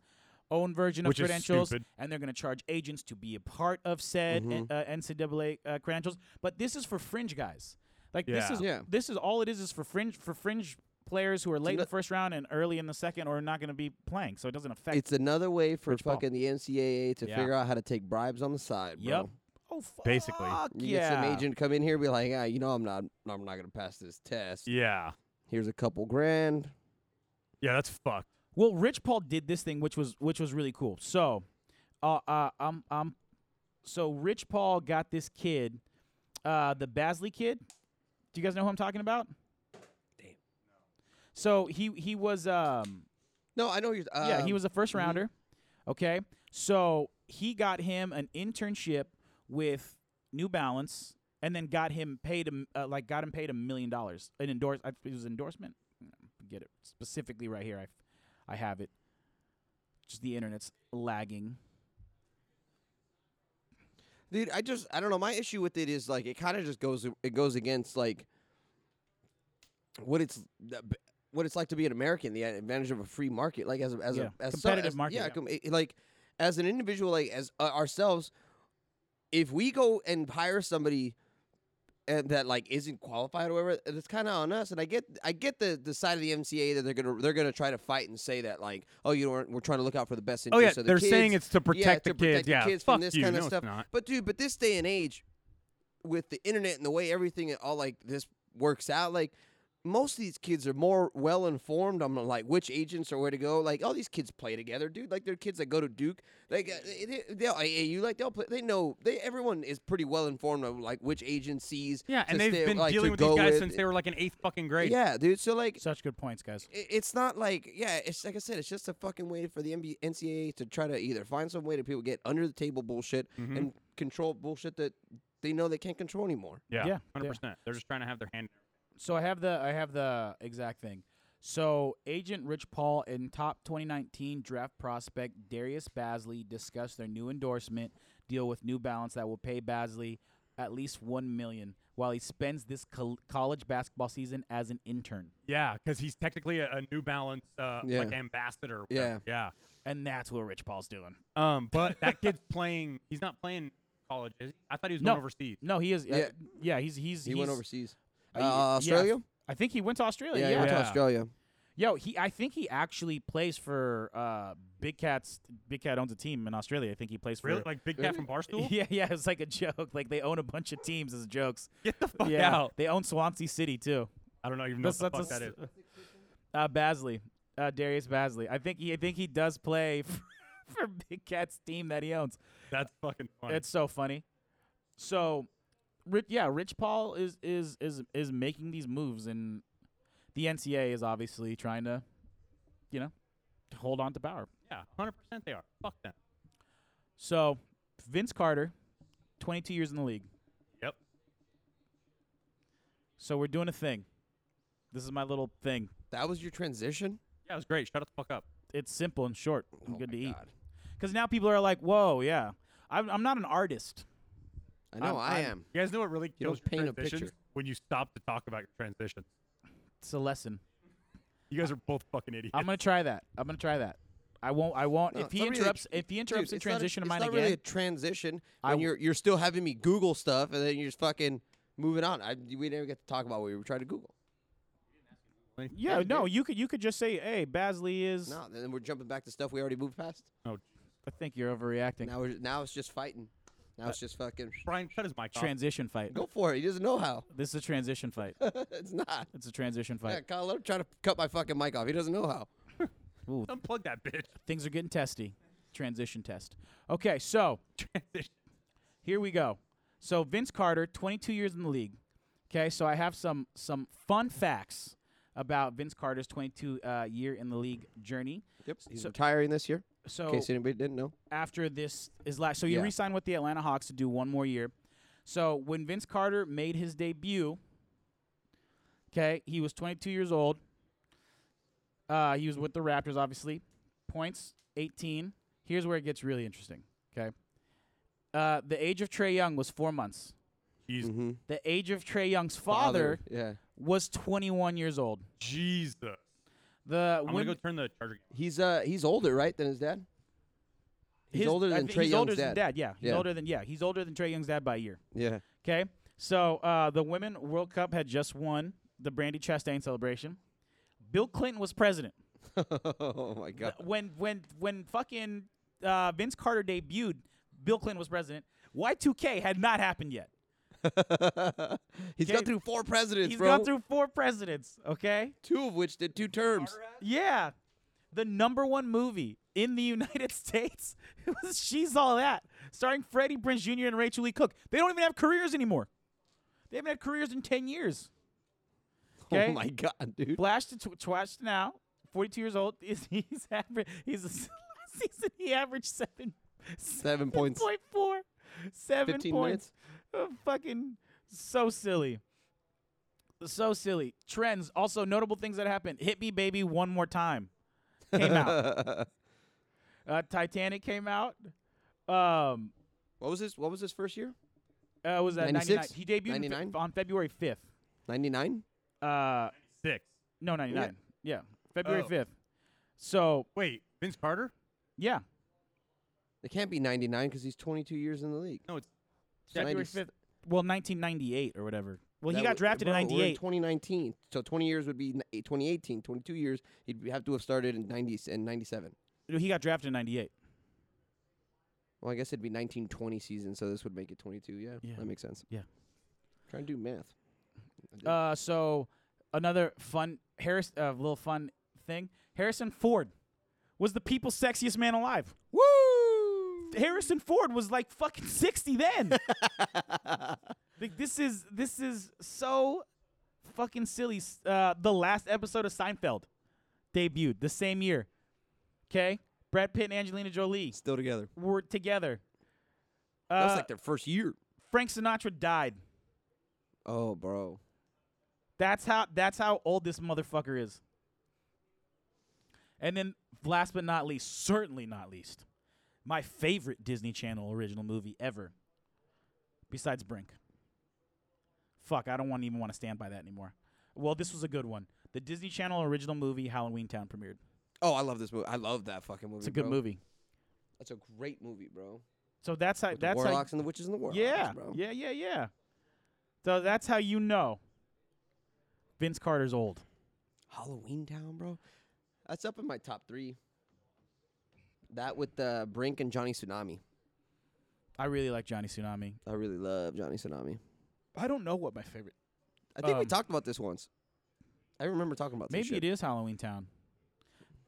own version Which of is credentials stupid. and they're going to charge agents to be a part of said Mm-hmm. uh, NCAA uh, credentials. But this is for fringe guys. Like this Yeah. is Yeah. this is all it is is for fringe for fringe players who are late in no- the first round and early in the second or not going to be playing. So it doesn't affect. It's another way for Rich Paul. fucking the NCAA to Yeah. figure out how to take bribes on the side, bro. yep. Oh, fuck Basically. You yeah. get some agent come in here, be like, ah, you know, I'm not, I'm not gonna pass this test. Yeah. Here's a couple grand. Yeah. That's fucked. Well, Rich Paul did this thing, which was which was really cool. So, uh, uh I'm I'm, so Rich Paul got this kid, uh, the Basley kid. Do you guys know who I'm talking about? Damn. So he he was um No, I know you're. Um, yeah he was a first mhm. rounder. Okay, so he got him an internship with New Balance, and then got him paid a m- uh, like got him paid a million dollars an endorse. I, it was endorsement. Get it specifically right here. I I have it. Just the internet's lagging. Dude, I just, I don't know. My issue with it is like it kind of just goes, it goes against like what it's. the- b- What it's like to be an American, the advantage of a free market, like as a, as Yeah. a as so- Competitive as- market, yeah, yeah. com- it- like as an individual, like as uh, ourselves, if we go and hire somebody and that like isn't qualified or whatever, it's kind of on us. And I get I get the, the side of the MCA that they're gonna they're gonna try to fight and say that like oh you know we're, we're trying to look out for the best Oh yeah. interest of the They're saying kids. it's to protect yeah, the to protect kids. Yeah. from Fuck this you. kind of No, stuff. it's not. But dude, but this day and age, with the internet and the way everything and all like this works out, like most of these kids are more well informed on like which agents are where to go. Like all these kids play together, dude. Like they're kids that go to Duke. Like uh, they, they- they'll AAU, like they'll play. They know they everyone is pretty well informed of like which agencies. Yeah, to and they've stay- been like, to dealing with these go guys since they were like in eighth fucking grade. Yeah, dude. So like, Such good points, guys. i- it's not like yeah it's like i said it's just a fucking way for the NBA, ncaa to try to either find some way to people get under the table bullshit Mm-hmm. Mhm. and control bullshit that they know they can't control anymore Yeah. Yeah, Hundred yeah. percent. They're just trying to have their hand. So I have the I have the exact thing. So agent Rich Paul and top 2019 draft prospect Darius Basley discuss their new endorsement deal with New Balance that will pay Basley at least 1 million while he spends this col- college basketball season as an intern. Yeah, because he's technically a, a New Balance uh, Yeah. like ambassador. or whatever. Yeah. And that's what Rich Paul's doing. Um, but that kid's <laughs> playing. He's not playing college. Is he? I thought he was No. going overseas. No, he is yeah, Yeah. yeah he's he's he went he's- overseas uh, uh, yeah, australia I think he went to Australia. yeah, Yeah. he went to Yeah. australia Yo, he I think he actually plays for uh Big Cat's Big Cat owns a team in Australia. I think he plays for Really? Like big cat from <laughs> Barstool? Yeah, yeah, it's like a joke. Like they own a bunch of teams as jokes. Get the fuck yeah, out! they own Swansea City too. I don't know even know what the fuck that is. Uh, Basley, uh, Darius Basley. I think he, I think he does play <laughs> for, for Big Cat's team that he owns. That's fucking funny. It's so funny. So, Rich, yeah, Rich Paul is is is is making these moves, and the NCA is obviously trying to, you know, hold on to power. yeah, hundred percent they are. Fuck them. So, Vince Carter, 22 years in the league. Yep. So we're doing a thing. This is my little thing. that was your transition Yeah, it was great. Shut the fuck up. It's simple and short and Oh good my to eat. God. Because now people are like, "Whoa, yeah, I'm, I'm not an artist." i know I'm- i I'm- am You guys know what really You don't kills your paint a transitions picture. when you stop to talk about your transitions. It's a lesson. You guys are both fucking idiots. I'm gonna try that. I'm gonna try that. I won't. I won't. No, if it's he not really a interrupts, tr- if he interrupts Dude, the transition it's of not, mine it's not again, really a transition I when w- you're you're still having me google stuff and then you're just fucking moving on I, we never get to talk about what we were trying to google yeah, Yeah, no, you could you could just say, "Hey, Basley is." Oh, no then we're jumping back to stuff we already moved past no, I think you're overreacting. now we're now it's just fighting now Uh, it's just fucking Brian, shut his mic off. Transition fight. Go for it. He doesn't know how. <laughs> This is a transition fight. it's not. It's a transition Yeah, fight. Kyle, let him try to cut my fucking mic off. He doesn't know how. Ooh, Unplug that bitch. <laughs> things are getting testy. Transition test. Okay, so Transition. Here we go. So Vince Carter, 22 years in the league. Okay, so I have some some fun facts about Vince Carter's 22 uh, year in the league journey. Yep. He's So- retiring this year. So In case anybody didn't know. after this is last. So he Yeah. re-signed with the Atlanta Hawks to do one more year. So when Vince Carter made his debut, okay, he was 22 years old. Uh, he was with the Raptors, obviously. Points 18. Here's where it gets really interesting. Okay, uh, the age of Trey Young was four months. He's Mhm. The age of Trey Young's father, Yeah. was 21 years old. Jesus. The I'm gonna when- go turn the charger. He's uh he's older, right, than his dad? He's his- older I than think Trae he's Young's older dad. Than dad. Yeah, he's Yeah. older than yeah, he's older than Trey Young's dad by a year. Yeah. Okay. So uh, the Women World Cup had just won the Brandy Chastain celebration. Bill Clinton was president. <laughs> oh my god. When when when fucking uh, Vince Carter debuted, Bill Clinton was president. Y2K had not happened yet. <laughs> he's gone Okay. through four presidents, He's bro. gone through four presidents, okay? two of which did two terms. Yeah. The number one movie in the <laughs> United States was She's All That, starring Freddie Prince Jr. and Rachel Lee Cook. They don't even have careers anymore. They haven't had careers in 10 years. <laughs> Oh Okay. my god, dude. Flash to tw- Twash to now, 42 years old. <laughs> Is he's average? <laughs> He's a, last season he averaged seven, Seven points. point four, seven 15 points. Uh, fucking so silly, so silly. Trends also notable things that happened. Hit me, baby, one more time. Came out. Uh, Titanic came out. Um, <laughs> what was this? What was his first year? uh, it was that 96? He debuted in Fe- 99? on February fifth. Ninety nine. Uh, Six. no, ninety nine. Yeah. February Oh. fifth. So Wait, Vince Carter? yeah. It can't be ninety nine because he's twenty two years in the league. No, it's February 90s. fifth. Well, 1998 or whatever. Well, he That got would- drafted bro, in We're in 98. 2019, so 20 years would be n- eh, 2018. 22 years, he'd have to have started in 90s and 97. he got drafted in 98. Well, I guess it'd be 1920 season, so this would make it 22. Yeah, Yeah. that makes sense. Yeah. Try and do math. Yeah. Uh, so another fun Harris, uh, little fun thing. Harrison Ford was the people's sexiest man alive. Woo! Harrison Ford was like fucking <laughs> 60 then. like this is this is so fucking silly. S- Uh, the last episode of Seinfeld debuted the same year. Okay, Brad Pitt and Angelina Jolie Still together. were together. That's Uh, like their first year. Frank Sinatra died. Oh, bro. That's how that's how old this motherfucker is. And then last but not least, certainly not least, my favorite Disney Channel original movie ever. Besides Brink. Fuck, I don't want even want to stand by that anymore. Well, this was a good one. The Disney Channel original movie Halloween Town premiered. Oh, I love this movie. I love that fucking movie. It's a good bro. movie. That's a great movie, bro. So that's how With that's the how warlocks and the witches and the warlocks, Yeah. bro. Yeah, yeah, yeah. So that's how you know Vince Carter's old. Halloween Town, bro. That's up in my top three. That with uh, Brink and Johnny Tsunami. I really like Johnny Tsunami. I really love Johnny Tsunami. I don't know what my favorite. I think we Um, talked about this once. I remember talking about Maybe this. it is Halloween Town.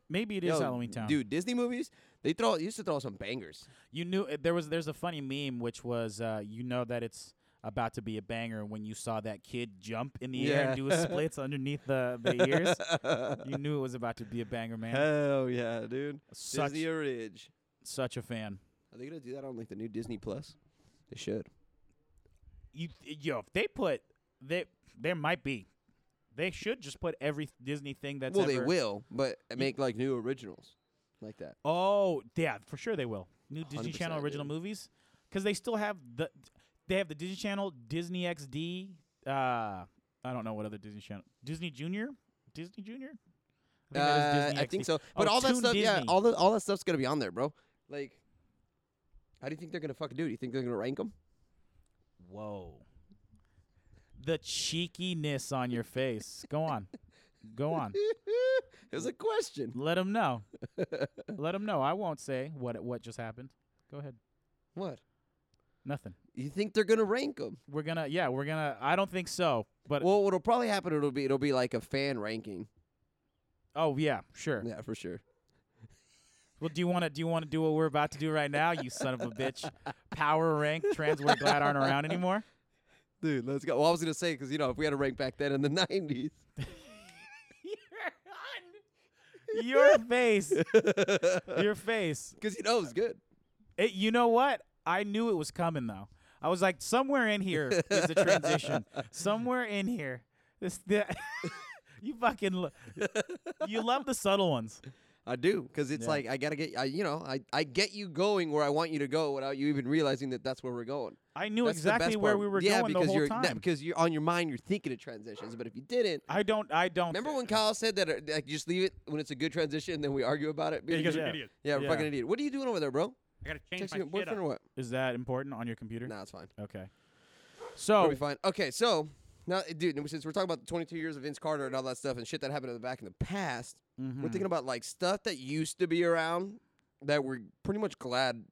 Maybe it is Halloween Town. dude. Disney movies they throw used to throw some bangers. <laughs> you knew uh, there was there's a funny meme which was uh, you know that it's about to be a banger when you saw that kid jump in the air Yeah. and do a <laughs> splits underneath the the ears. You knew it was about to be a banger, man. Hell yeah, dude. Such Disney Ridge. such a fan. Are they gonna do that on like the new Disney Plus? They should. You yo, if they put they there might be. They should just put every Disney thing that's well, they ever- will, but make like new originals like that. Oh, yeah, for sure they will. New Disney 100%, Channel original dude. movies cuz they still have the they have the Disney Channel, Disney XD, uh I don't know what other Disney Channel. Disney Junior? Disney Junior? I think, that is Uh, Disney I think XD. so. But Oh, all that Toon stuff, yeah, Disney. all the, all that stuff's gonna be on there, bro. Like, how do you think they're gonna fucking do? it? you think they're gonna rank them? Whoa. The cheekiness on your face. Go on. Go on. <laughs> it was a question. Let them know. Let them know. I won't say what what just happened. Go ahead. What? Nothing. You think they're gonna rank them? We're going to yeah, we're going to I don't think so, but Well, what'll probably happen? It'll be it'll be like a fan ranking. oh yeah, sure. Yeah, for sure. Well, do you want to do you want to do what we're about to do right now? You son of a bitch! Power rank trans we're glad aren't around anymore. Dude, let's go. Well, I was gonna say because you know if we had a rank back then in the <laughs> '90s, <laughs> Your face, your face. because you know it was good. It, you know what? I knew it was coming though. I was like, somewhere in here is the transition. somewhere in here, this the, <laughs> you fucking lo- you love the subtle ones. I do because it's Yeah. like I gotta get I, you know I, I get you going where I want you to go without you even realizing that that's where we're going. I knew That's the best exactly where part. we were yeah, going the because whole you're time. that- because you're on your mind you're thinking of transitions, but if you didn't, I don't. I don't. remember when Kyle said that uh, like you just leave it when it's a good transition and then we argue about it. Yeah, you guys Yeah. are idiots. Yeah, we're Yeah. fucking idiot. What are you doing over there, bro? I gotta change Texting my your shit boyfriend up. or what? is that important on your computer? Nah, it's fine. Okay. It'll So be fine. Okay, so now, eh, dude, since we're talking about the 22 years of Vince Carter and all that stuff and shit that happened in the back in the past, we're Mm-hmm. Mm. thinking about like stuff that used to be around that we're pretty much glad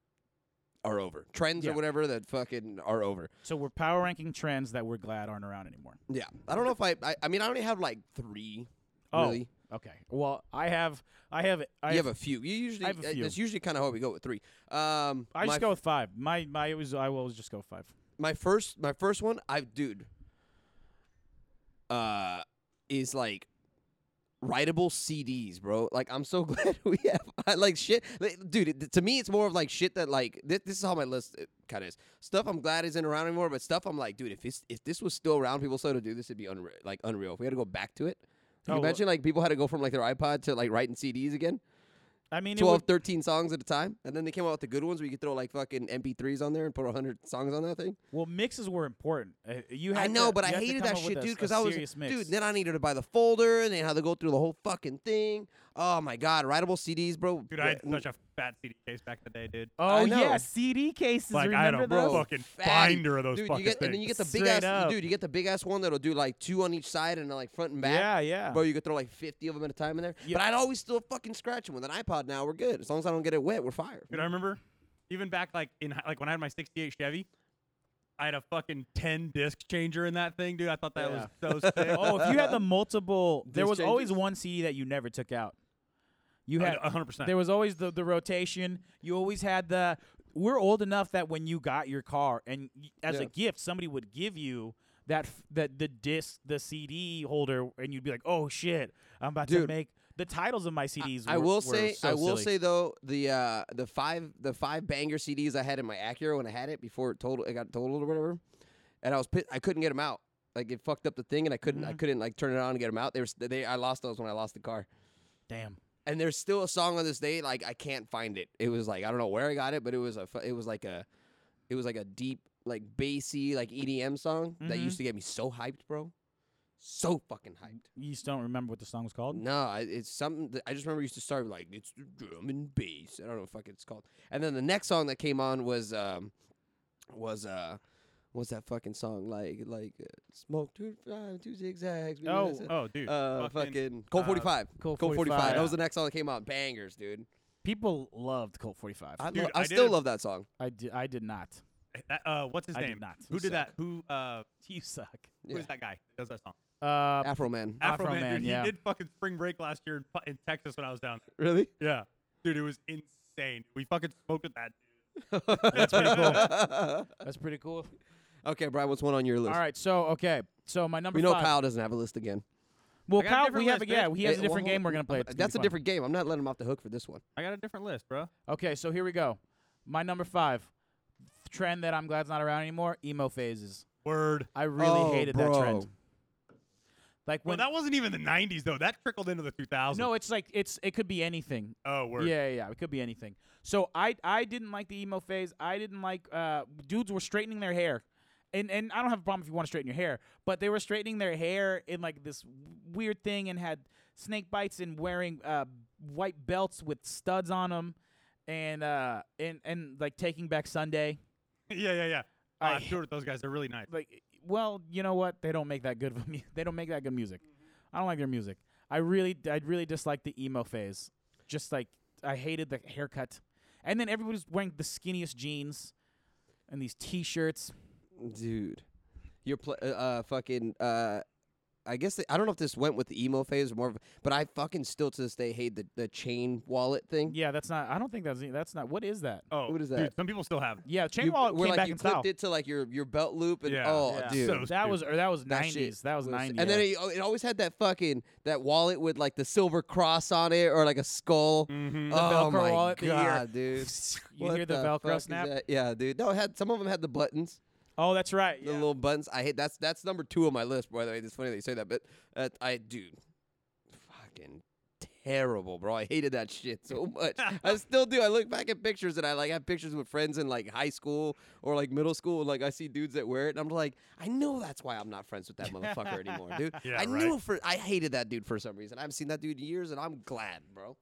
are over. Trends Yeah. or whatever that fucking are over. so we're power ranking trends that we're glad aren't around anymore. Yeah, I don't know if I. I, I mean, I only have like three. Oh, Really? okay. Well, I have, I have, I you have a few. You usually. I have a uh, few. That's usually kind of how we go with three. Um, my I just go with five. My, my, it was, I will just go five. my first my first one i dude uh is like writable cds bro like i'm so <laughs> glad we have I, like shit like, dude it, to me it's more of like shit that like this, this is how my list kind of is stuff i'm glad isn't around anymore but stuff i'm like dude if it's if this was still around people still to do this it'd be unreal like unreal if we had to go back to it Can Oh, you well- imagine like people had to go from like their ipod to like writing cds again I mean, it 12 would- 13 songs at a time and then they came out with the good ones where you could throw like fucking mp3s on there and put 100 songs on that thing well, mixes were important. Uh, you had I know, to- but I you had to hated come that up with shit, a- dude, a because I was serious mix. dude. Then I needed to buy the folder, and then how to go through the whole fucking thing. Oh my god, writable CDs, bro. Dude, I had Yeah, such a fat CD case back in the day, dude. oh I know. yeah, CD cases. Like I had remember a those? Bro, fucking fatty. binder of those dude, fucking you get, things. and then you get the big Straight ass, up. dude. You get the big ass one that'll do like two on each side and like front and back. Yeah, yeah. Bro, you could throw like fifty of them at a time in there. Yeah. But I'd always still fucking scratch them with an iPod. Now we're good. As long as I don't get it wet, we're fired. Dude, I remember even back like in hi- like when I had my '68 Chevy, I had a fucking ten disc changer in that thing, dude. I thought that was so <laughs> sick. oh, if you had <laughs> the multiple, there Disc was always changes? one CD that you never took out. You Oh, had no, 100%. There was always the the rotation. You always had the. We're old enough that when you got your car and y- as a Yeah. gift, somebody would give you that f- that the disc, the CD holder, and you'd be like, "Oh shit, I'm about to Dude. make." The titles of my CDs. I were- will were say, so I will silly. say though, the uh, the five the five banger CDs I had in my Acura when I had it before it total it got totaled or whatever, and I was pit- I couldn't get them out. Like it fucked up the thing, and I couldn't Mm-hmm. I couldn't like turn it on and get them out. They were s- they I lost those when I lost the car. Damn. And there's still a song on this day like I can't find it. It was like I don't know where I got it, but it was a fu- it was like a it was like a deep like bassy like EDM song that Mhm. used to get me so hyped, bro. So fucking hyped. You just don't remember what the song was called? No, I- it's something. That I just remember used to start with, like it's the drum and bass. I don't know what fuck it's called. And then the next song that came on was um was uh what's that fucking song like like uh, smoke two uh, two zigzags. we Oh, went as a- oh, dude. uh fucking, Colt uh, forty five. Colt Colt forty five. 45, That was the next song that came out. Bangers, dude. People loved Colt 45. I, Dude, lo- I, I still did- love that song. I, did, I did not. that- uh, what's his I did name? not. Who You did that? Who uh, <laughs> You suck. Yeah. who's that guy? That does that song? Uh, Afro Man. Afro Man, dude. yeah. He did fucking spring break last year in, fu- in Texas when I was down. <laughs> Really? there. Yeah, dude, it was insane. We fucking smoked with that. That's pretty <laughs> <laughs> cool. that's pretty cool. okay, Brian, what's one on your list? All right, so, okay. So, my number We know five. Kyle doesn't have a list again. Well, I got a Kyle, different we have a, list, yeah, bitch. he has Eh, a different well, game we're gonna play. It's gonna That's be a fun. different game. I'm not letting him off the hook for this one. I got a different list, bro. Okay, so here we go. My number five trend that I'm glad's not around anymore: emo phases. Word. I really Oh, hated that trend. bro. Like Well, when that wasn't even the '90s though. That trickled into the 2000s. no, it's like it's it could be anything. oh, word. Yeah, yeah, yeah, it could be anything. So I I didn't like the emo phase. I didn't like uh, dudes were straightening their hair, and and I don't have a problem if you want to straighten your hair, but they were straightening their hair in like this weird thing and had snake bites and wearing uh, white belts with studs on them, and uh and and like taking back Sunday. <laughs> yeah, yeah, yeah. Uh, I- I'm sure with those guys. They're really nice. like well you know what they don't make that good of a mu- <laughs> they don't make that good music i don't like their music i really i really dislike the emo phase just like i hated the haircut and then everybody's wearing the skinniest jeans and these t-shirts Dude, you're pl- uh, uh, fucking uh, I guess they, I don't know if this went with the emo phase or more, of, but I fucking still to this day hate the, the chain wallet thing. Yeah, that's not. I don't think that's that's not. What is that? Oh, What is Dude, that? some people still have. it. Yeah, chain You- wallet where came like back you in clipped style. it to like your your belt loop and Yeah. oh Yeah. dude. So- That was or that was that shit nineties. That was nineties. And then it, it always had that fucking that wallet with like the silver cross on it or like a skull. Mhm. oh Velcro my wallet that you hear. god, dude! Mm-hmm. <laughs> you What hear the, fuck Velcro is snap? that? Yeah, dude. No, it had some of them had the buttons, Oh, that's right. the yeah. little buttons. I hate that's that's number two on my list. By the way, it's funny that you say that, but uh, I dude, fucking terrible, bro. I hated that shit so <laughs> much. I still do. I look back at pictures and I like have pictures with friends in like high school or like middle school. And, like I see dudes that wear it, and I'm like, I know that's why I'm not friends with that motherfucker <laughs> anymore, dude. Yeah, I right. knew for I hated that dude for some reason. I haven't seen that dude in years, and I'm glad, bro.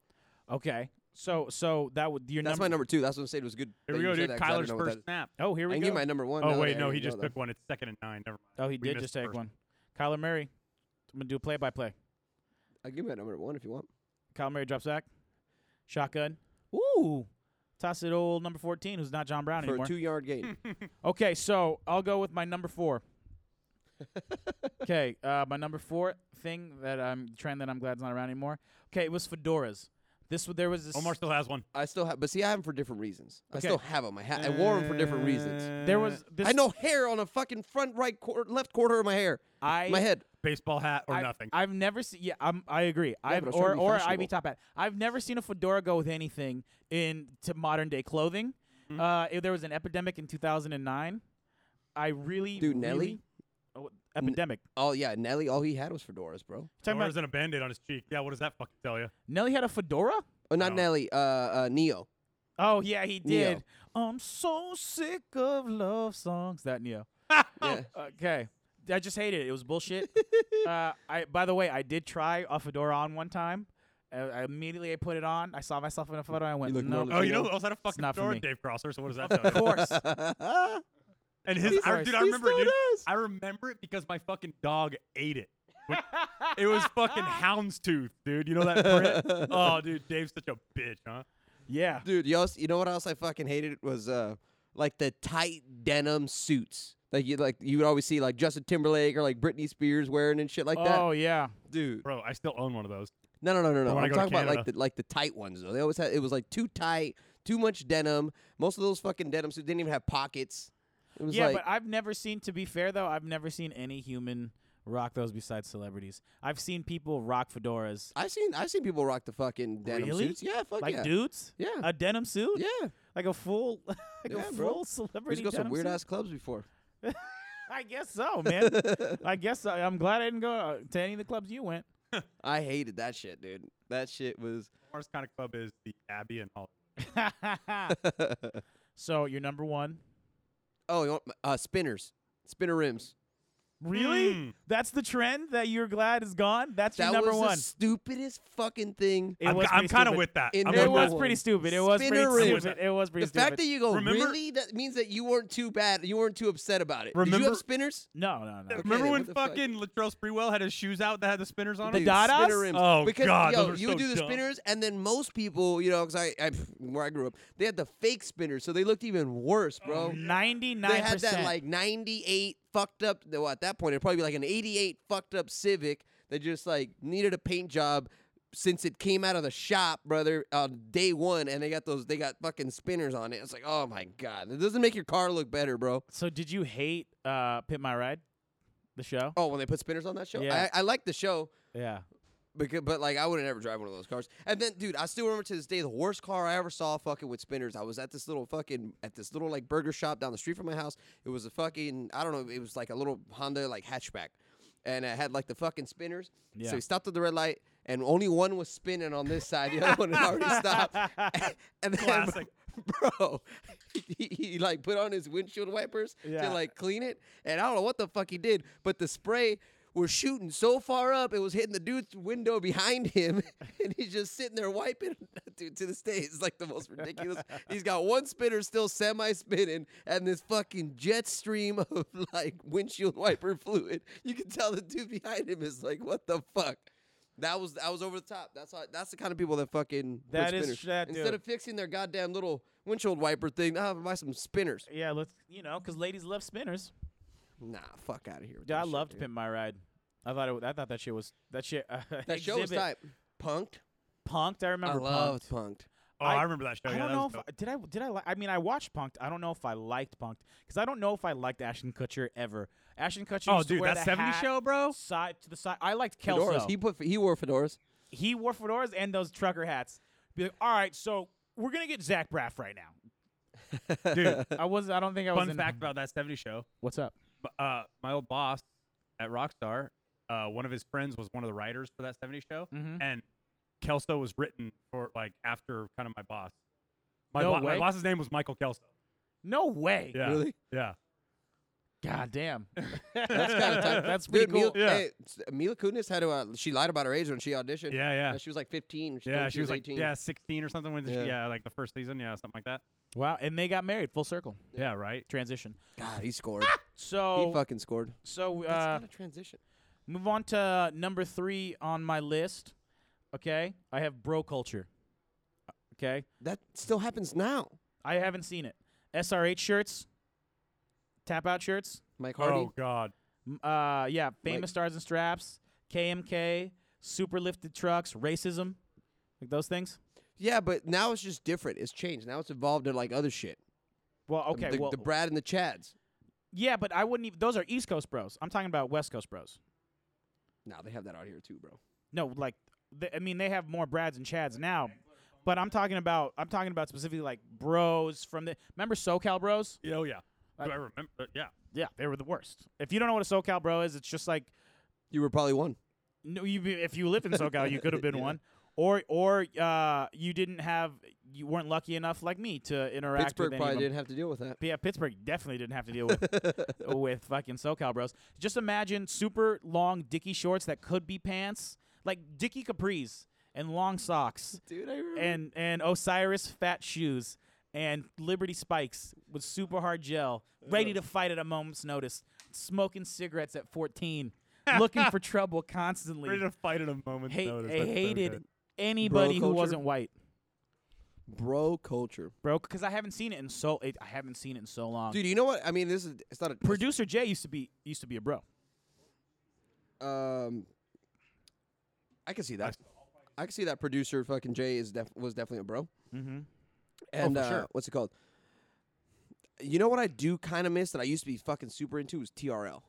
Okay. So so that would your That's number. my number two. That's what I'm saying. It was good. Here that we you go, said dude. that 'cause I don't Kyler's know what first that- snap. Oh, here I we can go. give my number one. Oh now that wait, I no, already he just know took that. one. It's second and nine. Never mind. oh, he We did missed just the take first one. Kyler Murray. I'm gonna do a play by play. I'll give my number one if you want. Kyler Murray drops back, shotgun. Ooh, toss it old number fourteen, who's not John Brown For a anymore. two yard <laughs> gain. Okay, so I'll go with my <laughs> number four. Okay, uh, my number four thing that I'm trend that I'm glad is not around anymore. Okay, it was fedoras. This w- there was this Omar still has one. I still have, but see, I have them for different reasons. I Okay. still have them. I, ha- I wore them for different reasons. there was this I know hair on a fucking front right quarter, left quarter of my hair, I my head. Baseball hat or I, nothing. I've never seen. Yeah, I'm, I agree. I've but I was trying or to be or Ivy fashionable. top hat. I've never seen a fedora go with anything in to modern day clothing. Mm-hmm. Uh, if there was an epidemic in 2009. I really Dude, Nelly? really- oh, epidemic. Oh yeah, Nelly. All he had was fedoras, bro. Talking Omar's about in a band-aid on his cheek. Yeah, what does that fucking tell you? Nelly had a fedora. Oh, not No. Nelly. Uh, uh, Neo. Oh yeah, he Neo. did. I'm so sick of love songs. That Neo. Oh. Yeah. Okay. I just hated it. It was bullshit. <laughs> uh, I by the way, I did try a fedora on one time. Uh, I immediately I put it on. I saw myself in a photo. I went, look no, more like Oh, you Latino. know who else had a fucking not for fedora? me. Dave Crosser. So what <laughs> does that of tell you? course. And his, Of I, course. dude, I He remember, still dude. I remember it because my fucking dog ate it. <laughs> When- it was fucking houndstooth, dude. You know that <laughs> print? oh, dude, Dave's such a bitch, huh? <laughs> yeah. Dude, you, also, you know what else I fucking hated was uh, like the tight denim suits. Like you like you would always see like Justin Timberlake or like Britney Spears wearing and shit like Oh that. yeah. Dude, Bro, I still own one of those. No, no, no, no, Or no. when I I'm go to talking about like Canada. the like the tight ones though. They always had it was like too tight, too much denim. Most of those fucking denim suits didn't even have pockets. It was Yeah, like but I've never seen. To be fair though, I've never seen any human rock those besides celebrities. I've seen people rock fedoras, I've seen I've seen people rock the fucking denim Really? suits. Yeah, fuck like Oh, yeah. dudes. Yeah. A denim suit. Yeah. Like a full, <laughs> like a Yeah, full bro. We used to celebrity. go to some denim weird suit? ass clubs before. <laughs> I guess so, <laughs> man. I guess I, I'm glad I didn't go uh, to any of the clubs <laughs> you went. I hated that shit, dude. That shit was Omar's kind of club is the Abbey and all. so you're number one. Oh, you want, uh spinners. Spinner rims. Really? Mm. That's the trend that you're glad is gone. That's That your number was one. the stupidest fucking thing. It I'm, was I'm pretty kind of stupid. with that. In I'm there It with was that one. pretty stupid. It was Spinner pretty rings. stupid. It was pretty The stupid. fact that you go Remember- really that means that you weren't too bad. You weren't too upset about it. Did you Remember- have spinners? no, no, no. Okay, Remember then when what the fuck? fucking Latrell Sprewell had his shoes out that had the spinners on The them? Dude, spinner Dadas? rims. Oh, because, God, yo, those are you so would do the dumb. spinners, and then most people, you know, because I, I, where I grew up, they had the fake spinners, so they looked even worse, Oh, bro. Ninety-nine they had that percent. like '98 fucked up. Well, at that point, it'd probably be like an '88 fucked up Civic that just like needed a paint job since it came out of the shop, brother, on day one, and they got those, they got fucking spinners on it. It's like, oh my god, it doesn't make your car look better, bro. so did you hate uh, Pit My Ride, the show? Oh, when they put spinners on that show, Yeah. I, I like the show. Yeah. Because, but like I would have never drive one of those cars. And then, dude, I still remember to this day the worst car I ever saw fucking with spinners. I was at this little fucking at this little like burger shop down the street from my house. It was a fucking I don't know. It was like a little Honda like hatchback, and it had like the fucking spinners. Yeah. So we stopped at the red light, and only one was spinning on this side. The other one had already <laughs> stopped. <laughs> and then, Classic. <laughs> Bro, he, he like put on his windshield wipers Yeah. to like clean it, and I don't know what the fuck he did, but the spray was shooting so far up it was hitting the dude's window behind him, <laughs> and he's just sitting there wiping. <laughs> Dude, to this day, it's like the most ridiculous. he's got one spinner still semi spinning, and this fucking jet stream of <laughs> like windshield wiper <laughs> fluid. You can tell the dude behind him is like, what the fuck. That was I was over the top. That's how, that's the kind of people that fucking put That is spinners. tr- that instead dude. of fixing their goddamn little windshield wiper thing, I'll buy some spinners. Yeah. Let's you know because ladies love spinners. Nah, fuck out of here. with Dude, that I shit, loved dude. Pimp My Ride. I thought it, w- I thought that shit was that shit. Uh, That show was exhibit tight. Punked. Punked. I I remember. loved Punk'd. Punked. Oh, I- I, remember that show. I yeah, don't that know was if dope. did I did I li- I mean I watched Punked. I don't know if I liked Punked because I don't know if I liked Ashton Kutcher ever. Ashton Kutcher. Oh, used to dude, wear that the 70s hat show, bro? Side to the side. I liked Kelso. Fedoras. He put he wore fedoras. he wore fedoras and those trucker hats. Be like, all right, so we're gonna get Zach Braff right now. Dude, I was. I don't think I was. fun in- fact about that 70 show. What's up? b- uh, my old boss at Rockstar, uh, one of his friends was one of the writers for that 70 show, Mhm. and Kelso was written for like after kind of my boss. My, No bo- my way. boss's name was Michael Kelso. No way. <laughs> Yeah, Really? yeah. <laughs> God damn. That's kind of tight. <laughs> That's pretty Dude, Mila, cool. Yeah. hey, s- Mila Kunis had to. Uh, she lied about her age when she auditioned. Yeah, yeah. Uh, She was like 15. yeah, she was, like eighteen. yeah, 16 or something when she- Yeah. yeah. like the first season, yeah, something like that. Wow, and they got married. Full circle Yeah, right. transition. God, he <laughs> scored. he So fucking scored. so That's Oh, uh, not a transition. move on to uh, number three on my list. Okay, I have bro culture. Okay, That still happens now. I haven't seen it. SRH shirts, tap out shirts. Mike Hardy. Oh God, m- Uh, yeah, famous stars and straps, KMK, super lifted trucks, racism, like those things. Yeah, but now it's just different. It's changed. Now it's evolved into like other shit. Well, The- okay, the, well, the Brad and the Chads. yeah, but I wouldn't even. Those are East Coast bros. I'm talking about West Coast bros. Now they have that out here too, bro. No, like th I mean they have more Brads and Chads now, but I'm talking about I'm talking about specifically like bros from the remember SoCal bros? Yeah, oh yeah. Do I I- remember? Yeah, Yeah, they were the worst. If you don't know what a SoCal bro is, it's just like You were probably one. no, you if you live in SoCal, you could <laughs> have been one. Or, or uh, you didn't have, you weren't lucky enough like me to interact Pittsburgh with any of probably them. didn't have to deal with that. But yeah, Pittsburgh definitely didn't have to <laughs> deal with with fucking SoCal bros. Just imagine super long dicky shorts that could be pants, like dicky capris and long socks, Dude, I remember. and and Osiris fat shoes and Liberty spikes with super hard gel, ready to fight at a moment's notice, smoking cigarettes at <laughs> 14, looking for trouble constantly. ready to fight at a moment's Hate, notice. I That's so hated good. anybody who culture? wasn't white, bro culture. bro, because I haven't seen it in so it, I haven't seen it in so long. Dude, you know what? I mean, this is it's not a Producer Jay used to be used to be a bro. Um, I can see that. I can see that producer fucking Jay is def- was definitely a bro. Mm-hmm. And for uh, sure. what's it called? You know what I do kind of miss that I used to be fucking super into was TRL.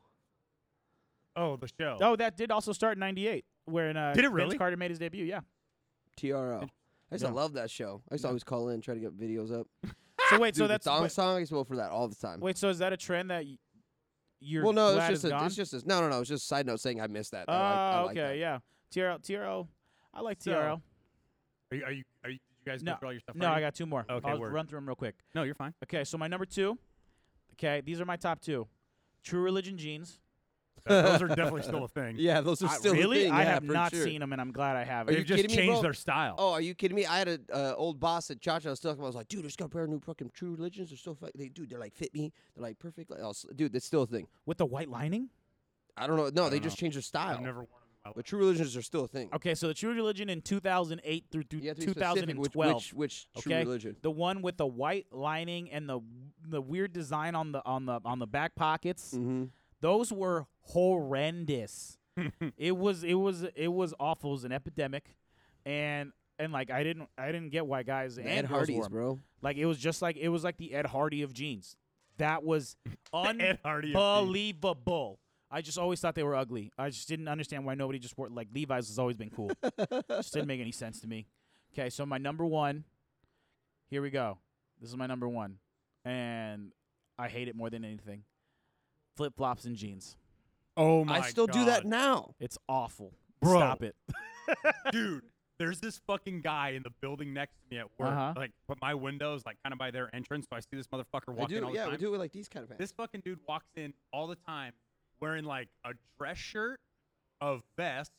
Oh, the show. Oh, that did also start in '98, when uh, Did it Vince really? Carter made his <gasps> debut. Yeah. TRL. I used Yeah. to love that show. I used to always call in, try to get videos up. So wait, Dude, so that's the thong wait, song. I used to vote for that all the time. wait, so is that a trend that y- you're well, no, it's glad just is a, gone? it's just a, no, no, no. It's just a side note saying I missed that. Oh, I like, I like okay, that. yeah. TRL, TRL. I like So, TRL. Are you? Are you? Are you did you guys No, go through all your stuff? no, I already? got two more. Okay, I'll word. run through them real quick. No, you're fine. Okay, so my number two. Okay, these are my top two. True Religion jeans. Uh, <laughs> those are definitely still a thing. Yeah, those are I- still a really, thing, I yeah, have for not sure. seen them, and I'm glad I Are haven't. you They've just kidding me, changed bro? their style. Oh, are you kidding me? I had an uh, old boss at Cha Cha Stuck. I was like, dude, I just got a pair of new fucking True Religions. They're so fucking, they, dude, they're like fit me. They're like perfect. Like, oh, s- dude, that's still a thing. With the white lining. I don't know. No, they don't just know. changed their style. I've never worn them. in my life. But True Religions are still a thing. Okay, so the True Religion in 2008 through You have to be specific 2012. which, which, which True okay? Religion. The one with the white lining and the the weird design on the on the on the back pockets. Mm-hmm. Those were <laughs> horrendous. it was it was it was awful. It was an epidemic, and and like I didn't I didn't get why guys and Ed girls wore Hardy's, 'em. bro. Like it was just like it was like the Ed Hardy of jeans. <laughs> That was <laughs> Ed Hardy of jeans. unbelievable. I just always thought they were ugly. I just didn't understand why nobody just wore like Levi's has always been cool. just didn't make any sense to me. Okay, so my number one. Here we go. This is my number one, and I hate it more than anything. Flip flops and jeans. Oh my! I still do that God. now. It's awful. Bro. Stop it. dude. There's this fucking guy in the building next to me at work. Uh-huh. Like, but my window is like kind of by their entrance, so I see this motherfucker I walking do, all the yeah, we time. do it with like these kind of pants. This fucking dude walks in all the time wearing like a dress shirt, a vest,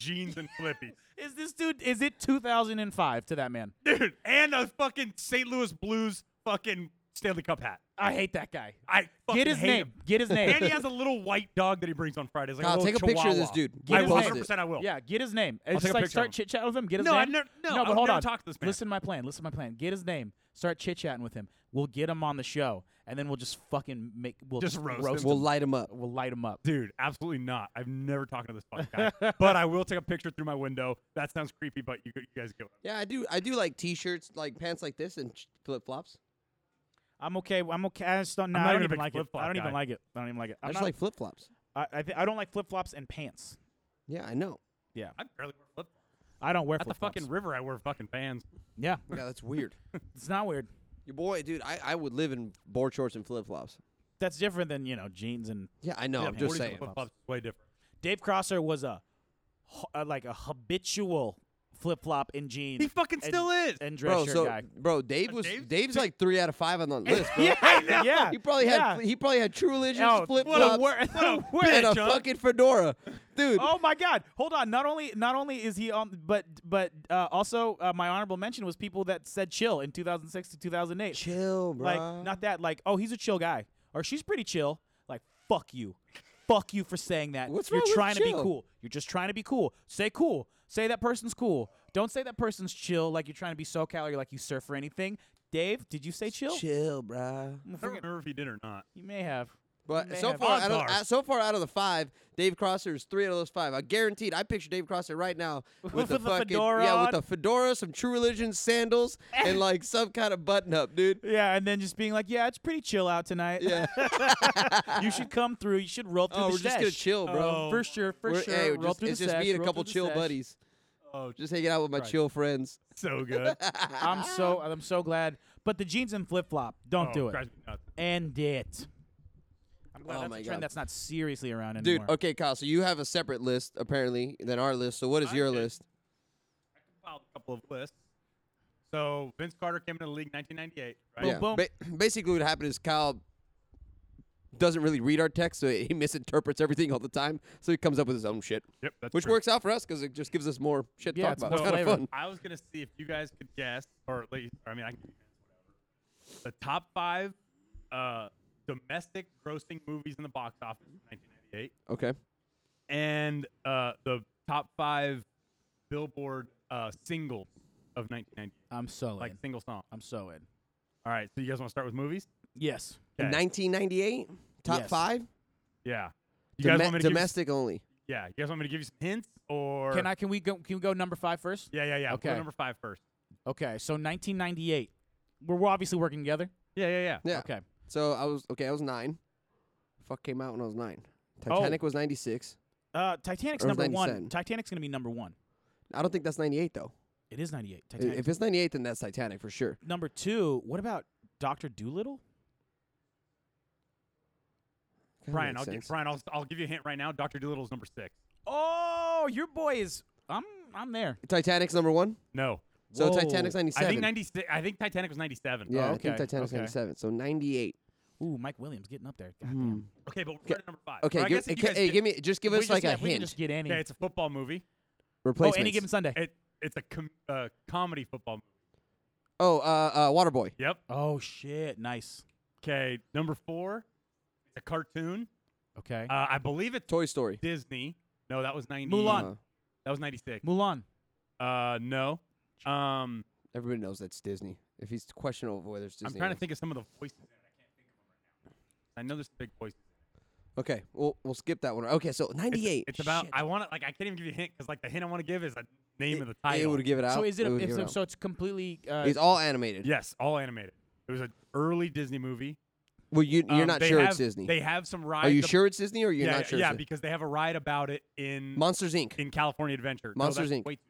jeans, and <laughs> flippies, Is this dude? Is it 2005 to that man? dude, and a fucking St. Louis Blues fucking Stanley Cup hat. I hate that guy. I fucking Get his hate name. him. <laughs> Get his name. And he has a little white dog that he brings on Fridays. Like Kyle, a little take a picture of this chihuahua. dude. Get I his will. name. 100% I will. Yeah, get his name. And I'll take just a picture like of start him. chit chatting with him. Get his No, I name. never- no, I but would hold never on. talk to this man. Listen to my plan. Listen to my plan. Get his name. Start chit chatting with him. We'll get him on the show, and then we'll just fucking make. We'll Just just roast him. We'll light him up. We'll light him up. Dude, absolutely not. I've never talked to this fucking guy. but I will take a picture through my window. That sounds creepy, but you, you guys get what Yeah, I do. I do like t-shirts, like pants like this, and flip flops. I'm okay. I'm okay. I just don't. No, I'm not I even don't a even big like it. flip-flop I don't guy. even like it. I don't even like it. I I'm just not, like flip flops. I I, th- I don't like flip flops and pants. Yeah, I know. I barely wear flip I don't wear At the flip fucking river, I wear fucking fans. Yeah, Yeah, that's <laughs> weird. it's not weird. Your boy, dude, I, I would live in board shorts and flip flops. That's different than you know jeans and. Yeah, I know. Yeah, I'm just 40s saying. Flip flops way different. Dave Crosser was a, h- uh, like a habitual flip flop in jeans. He fucking and- still is. and dress Bro, shirt so guy. bro, Dave Uh, was Dave's- Dave's like three out of five on the list. Bro. <laughs> Yeah, I know. yeah. He probably Yeah. had he probably had True Religion Oh, flip what a flops wor- <laughs> what a <laughs> and a bitch, huh? fucking fedora, dude. Oh my God! Hold on. Not only not only is he on, but but uh, also uh, my honorable mention was people that said chill in 2006 to 2008. Chill, bro. like not that like oh he's a chill guy or she's pretty chill. Like fuck you, fuck you for saying that. What's You're wrong with trying to chill? be cool. You're just trying to be cool. Say cool. Say that person's cool. Don't say that person's chill. Like you're trying to be SoCal or like you surf or anything. Dave, did you say chill? chill, bro. I'm I don't freaking- remember if he did or <laughs> not. You may have. But may so have- far, out of, Oddbars. uh, so far out of the five, Dave Crosser is three out of those five. I guaranteed. I picture Dave Crosser right <laughs> now with, With a the fucking fedora yeah, on. with a fedora, some True Religion sandals, and like some kind of button up, dude. Yeah, and then just being like, yeah, it's pretty chill out tonight. Yeah. <laughs> you should come through. You should roll through oh, the we're just gonna sesh. chill, bro. Oh, For sure, for We're- sure. hey, we're roll just, through it's the just sesh, me and a roll couple through the chill sesh. buddies, Oh, just just hanging out with my Christ. chill friends. so good. <laughs> I'm so I'm so glad. But the jeans and flip flop, don't Oh, do it. drives me nuts. End it. I'm glad Oh that's my a trend God. that's not seriously around anymore. Dude, okay, Kyle. So you have a separate list apparently than our list. So what is I your did. list? filed a couple of lists. So Vince Carter came into the league in 1998, right? Boom, boom. Ba- basically, what happened is Kyle doesn't really read our text, so he <laughs> misinterprets everything all the time. So he comes up with his own shit, Yep, that's which true. works out for us because it just gives us more shit to Yeah, talk it's about. more It's kind of flavor. fun. I was gonna see if you guys could guess, or at least, I mean, I can guess whatever. The top five uh, domestic grossing movies in the box office in 1998, Okay. and uh, the top five Billboard uh, singles of 1998, I'm so like in. single song. I'm so in. All right, so you guys want to start with movies? Yes. In 1998, top Yes. five, Yeah. You guys Dome- want me to give you s- domestic only. yeah. You guys want me to give you some hints, or Can I can we go can we go number five first? Yeah, yeah, yeah. Okay. Okay. number five first. Okay, so 1998. We're, we're obviously working together. Yeah, yeah, yeah. Yeah. Okay. So I was okay. I was nine. Fuck came out when I was nine. Oh. Titanic was 96. Uh, Titanic's Or was number one. 97? Titanic's gonna be number one. I don't think that's 98 though. It is 98. I- Titanic. If it's 98, then that's Titanic for sure. number two. What about Doctor Doolittle? Kinda Brian, makes I'll give sense. Brian, I'll, I'll give you a hint right now. Doctor Doolittle's number six. Oh, your boy is. I'm I'm there. Titanic's number one. No, So Whoa. Titanic's 97. I think Oh, ninety six. I think Titanic was ninety seven. Yeah, I okay, think Titanic's okay. 97. So 98. Ooh, Mike Williams getting up there. God Hmm. damn. Okay, but we're at number five. Okay, Or I give, guess if hey, you guys hey, get- give me just give We us just- like yeah, a we can hint. just get any. Okay, it's a football movie. oh, Replacements. any given Sunday. It it's a com- uh, comedy football movie. Oh, uh, uh, Waterboy. Yep. Oh shit! Nice. Okay, number four. It's a cartoon. Okay. Uh, I believe it's Toy Story. Uh, Disney. No, that was ninety. Mulan. That was ninety six. Mulan. Uh, no. Um, Everybody knows that's Disney. If he's questionable whether it's Disney. I'm trying or to think of some of the voices. in it. I can't think of them right now. I know there's some big voices. not. Okay, we'll we'll skip that one. Okay, so It's, 98. it's about. Shit. I want to like. I can't even give you a hint because like the hint I want to give is the name of the It title. would give it out. So is it? A, would it's give a- it out. so it's completely. Uh, It's all animated. Yes, all animated. It was an early Disney movie. Well, you you're Um, not they sure have, it's Disney. They have some rides. Are you ab- sure it's Disney or you're yeah, not sure? Yeah, it's Disney? because they have a ride about it in Monsters Inc. in California Adventure. No, Monsters, that's Inc. way too-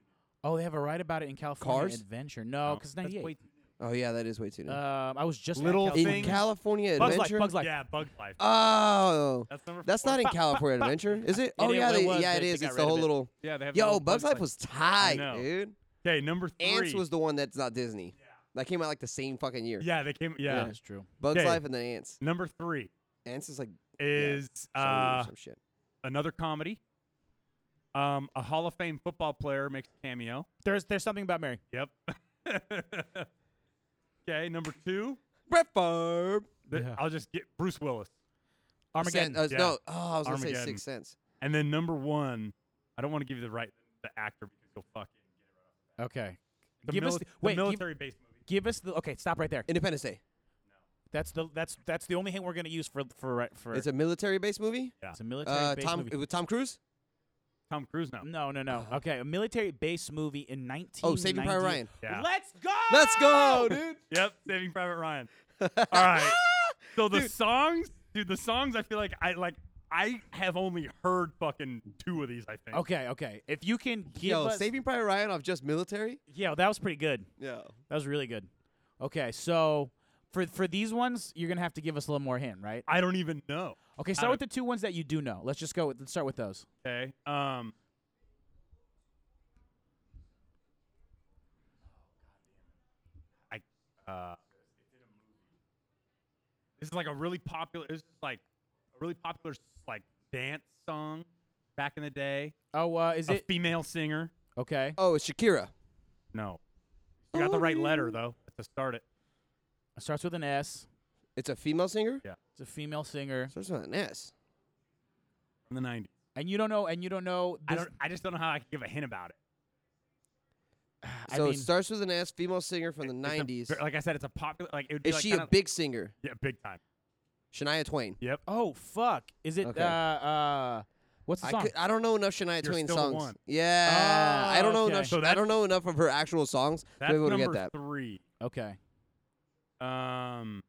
oh, they have a write about it in California Cars? Adventure. No, no, because that's ninety way eight. too- Oh yeah, that is way too. Um, new. I was just Little at in thing- California Bugs Life. Adventure. Bugs Life. Yeah, Bug Life. Oh, that's number. that's four. not in Ba- ba- California ba- Adventure, is it? It Oh is- yeah, well, it they- was, yeah, it they is. got It's rid the of whole it. little. Yeah, they have. the Yo, whole Bugs Life was tight, know. dude. Okay, number three. Ants was the one that's not Disney. That came out like the same fucking year. Yeah, they came. Yeah, that's true. Bugs Yeah. Life and then Ants. number three Ants is like is Sony uh, or some shit. another comedy. Um, a Hall of Fame football player makes a cameo. <laughs> There's there's something about Mary. Yep. okay, number two. Brett Favre. Th- Yeah. I'll just get Bruce Willis. Armageddon. Sen- uh, Yeah. No, oh, I was going to say Armageddon. Sixth Sense. And then number one, I don't want to give you the right the actor because you'll fucking get it right. uh, okay. The, Give us mili- the- the wait, give- military based movie. Give us the okay. Stop right there. Independence Day. That's the that's that's the only hint we're gonna use for for right- for. It's a military-based movie. it's a military Uh, based Tom movie. with Tom Cruise. Tom Cruise now. no, no, no. Okay, a military based movie in 19. Oh, Saving Private Ryan. Yeah. Let's go. Let's go, dude. Yep, Saving Private Ryan. All <laughs> right. So the songs, dude, the songs. I feel like I like. I have only heard fucking two of these. I think. Okay, okay. If you can give Yo, us, Saving Private Ryan off just military. yeah, that was pretty good. Yeah. That was really good. Okay, so for for these ones, you're gonna have to give us a little more hint, right? I don't even know. Okay, I start with the two ones that you do know. Let's just go. With, let's start with those. Okay. Um. I. Uh. This is like a really popular. This is like a really popular like dance song back in the day. Oh, uh, is a it female singer. okay? Oh, it's Shakira. No. You got the right Oh. letter though to start it. It starts with an S. It's a female singer. It's a female singer, Starts with an S. From the '90s. and you don't know, and you don't know. I This, don't. I just don't know how I can give a hint about it. I So mean, it starts with an S. Female singer from the It's a '90s. ver- like I said, it's a popular. Like it would be Is like she kinda, a big singer? Yeah, big time. Shania Twain. Yep. oh fuck, is it? Okay. Uh, uh, what's the I, song? could, I don't know enough Shania You're Twain still the songs. one. Oh, Yeah, I don't know okay. enough. So I that's- don't know enough of her actual songs to That's be able to number get that. three. okay, Um,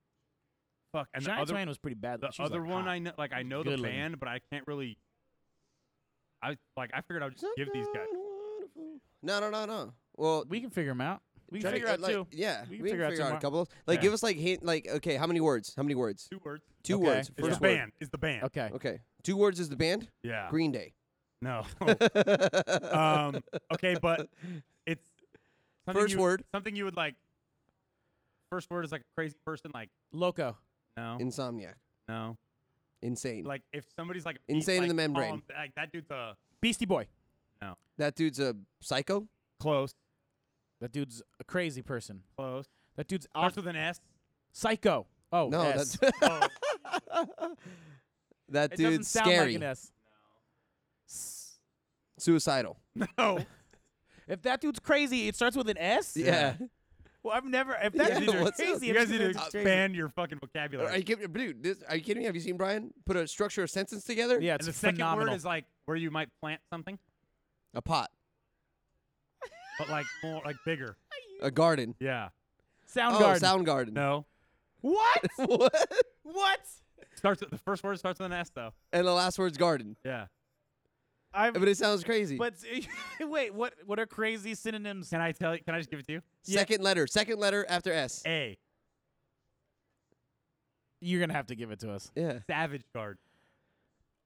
fuck. And the Shania other, Twain was pretty bad. the She was, other like, one hot. I know, like I She's know the good looking. band, but I can't really. I like. I figured I would just give these guys. No, no, no, no. Well, We can figure them out. We can try to figure get, out like, two. Yeah, We can figure out two a more. couple. Like, Yeah. give us like hint. Like, okay, how many words? How many words? Two words. Two Okay. words. It's Is First the word. band? Is the band? Okay. Okay, two words is the band. Yeah. Oh. Green Day. <laughs> No. um, um. Okay, but it's something First you- word. Something you would like. First word is like a crazy person. Like Loco. no, Insomniac. no. Insane. Like if somebody's like beat, Insane in like, the membrane. calm, like that dude's uh, a Beastie Boy. that dude's a psycho. close, That dude's a crazy person. close. That dude's off Starts with an S. <laughs> psycho. Oh, no, S. <laughs> that Oh, that it doesn't dude's sound scary. like an S. S- Suicidal. <laughs> no. If that dude's crazy, it starts with an S. Yeah. Well, I've never. If that Yeah, dude's what's up? crazy, You I'm guys just need to gonna- expand your <laughs> fucking Are, vocabulary. you kidding, dude? This, are you kidding me? Have you seen Brian put a structure a sentence together? Yeah, and it's the second phenomenal. word is like where you might plant something, A pot, but like more, like bigger. a garden. Yeah. sound oh, garden. sound garden. No. <laughs> what? <laughs> what? what? Starts with, the first word starts with an S though. And the last word's garden. Yeah. <laughs> I've, But it sounds crazy. but wait, what? What are crazy synonyms? Can I tell you? Can I just give it to you? second letter. Second letter after S. A. You're gonna have to give it to us. Yeah. Savage guard.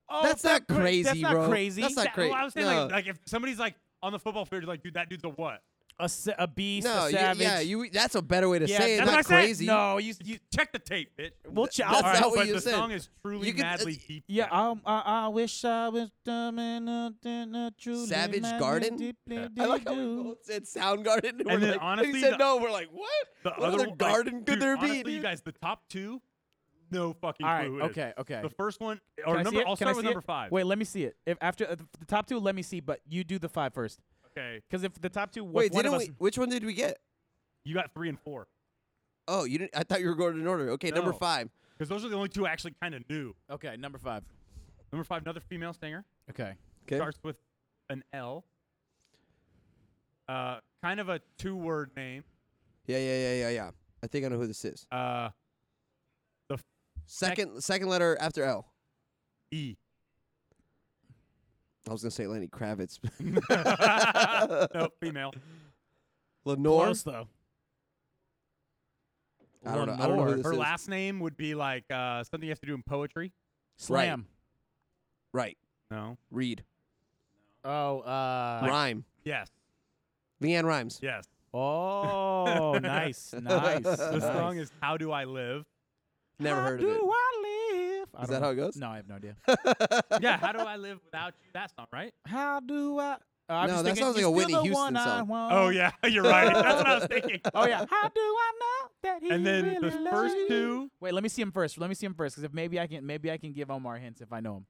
Oh, That's that not cra- crazy, That's not bro. crazy. That's not Sa- well, cra- I was saying no. like, like if somebody's like on the football field, you're like, dude, that dude's a what? a, sa- a beast, No. a you- savage. yeah. You. That's a better way to Yeah, say it. that's not what I said. crazy. No, you. you You check the tape, bitch. we'll ch- That's All right, not what but you the said. song is truly You can- madly uh, deep. Yeah, down. um, I, I wish I was dumb enough to not truly Savage madly Garden? deeply Yeah. <laughs> I like how we do. both said sound garden. <laughs> And, we're then like, honestly, he said the- no. We're like, what? The what other one- like, garden could dude, there honestly, be? you dude? guys, the top two, no fucking clue. All right, who it is. okay, okay. The first one, Can or I see number, it? I'll Can I start with see it? number five. Wait, let me see it. If after uh, the top two, let me see. But you do the five first, Okay, because if the top two, was Wait, one didn't of we? us, Which one did we get? you got three and four Oh, you didn't. I thought you were going in order. Okay, number No. five. because those are the only two I actually kind of knew. Okay, number five. Number five, another female singer Okay. Okay. starts with an L. Uh, kind of a two-word name. Yeah, yeah, yeah, yeah, yeah. I think I know who this is. Uh, Second, second letter after L. E. <laughs> I was gonna say Lenny <laughs> Kravitz. <laughs> no, female. Lenore. Close though. I don't know. I don't know who Lenore. this Her is. last name would be like uh, something you have to do in poetry. Slam. right. No. Reed. Oh, uh. Rhyme. Yes. Leanne Rhymes. Yes. <laughs> Oh, nice, <laughs> nice. The The nice. song is "How Do I Live." Never How heard of it. do I live? I Is don't that how know. it goes? No, I have no idea. yeah. How do I live without you? That's not right. how do I? Uh, I'm No, just that thinking, sounds like "You're a Whitney still the Houston one I song. want." Oh yeah, <laughs> you're right. That's what I was thinking. Oh yeah. How do I know that he And then really the loves first you? two. Wait, let me see him first. Let me see him first, because if maybe I can, maybe I can give Omar hints if I know him.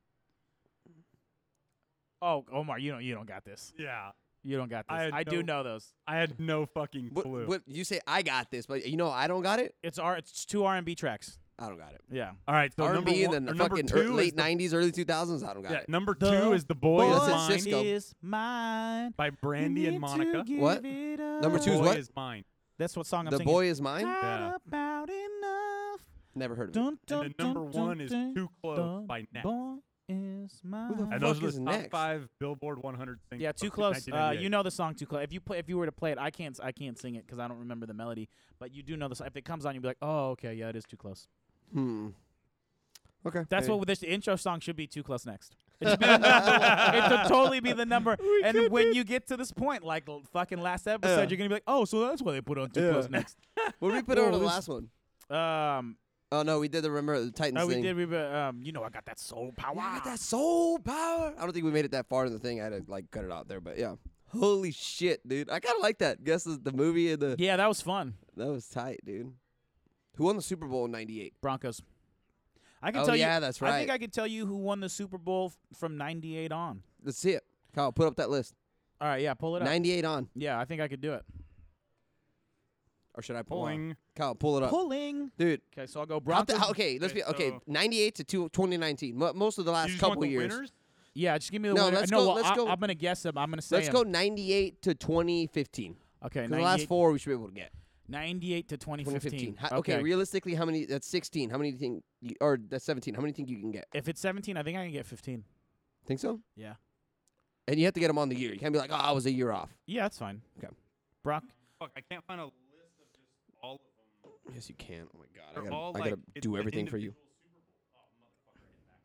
Oh, Omar, you don't, you don't got this. Yeah, You don't got this. I had I, do no- know those. I had no fucking What, clue. what you say? I got this, but you know I don't got it. It's R. It's two R and B tracks. I don't got it. Yeah. All right, so number R&B one, in the or number fucking two ear- is late the- '90s, early 2000s. I don't got Yeah, it. number The two is the boy is Boy mine Cisco. is mine. by Brandy and Need to Monica. give What? it up. Number two boy is what? is mine. That's what song I'm the singing. boy is mine. Yeah. Not about enough. Never heard of it. Dun, And dun, then number dun, dun, one is dun. too close The by Nat. Boy is mine. And fuck those are is the top next? five Billboard 100 singles. Yeah, of too close. Uh, 1998. you know the song too close. If you play, if you were to play it, I can't, I can't sing it because I don't remember the melody. But you do know the song. If it comes on, you'll be like, oh, okay, yeah, it is too close. Hmm. Okay. That's hey. what this intro song should be. Too close <laughs> next. It should, be the number- it should totally be the number. and when you get to this point, like l- fucking last episode, Yeah. you're gonna be like, oh, so that's why they put on too Yeah. close next. What did we put on the Whoa, this- last one? Um, Oh no, we did the remember the Titans oh, we thing. did. We were, um, you know, I got that soul power. Yeah, I got that soul power. I don't think we made it that far in the thing. I had to like cut it out there, but yeah. Holy shit, dude! I kind of like that. Guess the, the movie and the Yeah, that was fun. that was tight, dude. Who won the Super Bowl in '98? Broncos. I can Oh, tell yeah, you. that's I think right. I can tell you who won the Super Bowl f- from '98 on. Let's see it. Kyle, put up that list. All right, yeah, pull it up. '98 on, Yeah, I think I could do it. or should I pull it pulling. up? Kyle, pull it up, Pulling. dude. Okay, so I'll go how the- Broncos. how- okay, let's Okay, be okay. so- '98 to two, 2019. Mo- Most of the you last just couple want the years. winners? Yeah, just give me the No, winner. let's no, go- well, let's I, go- I'm gonna guess them. I'm gonna say. Let's 'em. go '98 to 2015. Okay, 'Cause The last 98 four we should be able to get. 98 to 2015. 2015. How, okay. realistically, how many? That's 16. How many do you think? You, or that's 17. How many think you can get? if it's 17, I think I can get 15. Think so? Yeah. And you have to get them on the year. You can't be like, oh, I was a year off. Yeah, that's fine. Okay. Brock. Fuck, I can't find a list of just all of them. Yes, you can. Oh my god, They're I gotta, all I like gotta it's do the everything for you. individual Super Bowl. Oh, motherfucker, get back.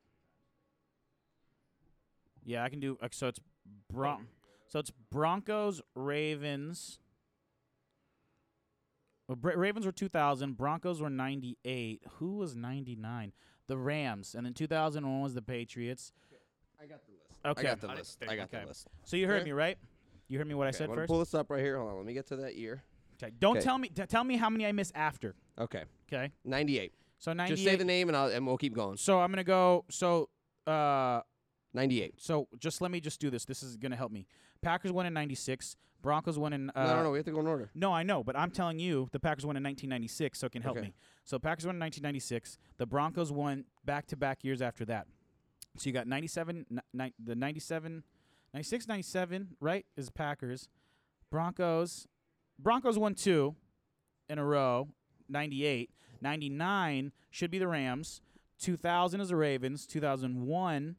Yeah, I can do. uh, So it's Bron. So it's Broncos, Ravens. Well, Bra- Ravens were 2000. Broncos were 98. Who was 99? The Rams, and then 2001 was the Patriots. I got the list. Okay. I got the I list. think- I got okay. the list. Okay, So you heard Okay. me right. You heard me what I I'm said gonna first. pull this up right here. Hold on. Let me get to that year. Okay. Don't Okay. tell me. T- tell me how many I miss after. Okay, Okay. 98. So 98. Just say the name and I'll and we'll keep going. so I'm gonna go. So. Uh, 98. So just let me just do this. This is gonna help me. Packers won in '96. Broncos won in. Uh, no, no, no. We have to go in order. no, I know, but I'm telling you, the Packers won in 1996, so it can help Okay. me. So Packers won in 1996. The Broncos won back-to-back years after that. So you got 97, ni- ni- the 97, 96, 97, right? Is Packers, Broncos, Broncos won two in a row. 98, 99 should be the Rams. 2000 is the Ravens. 2001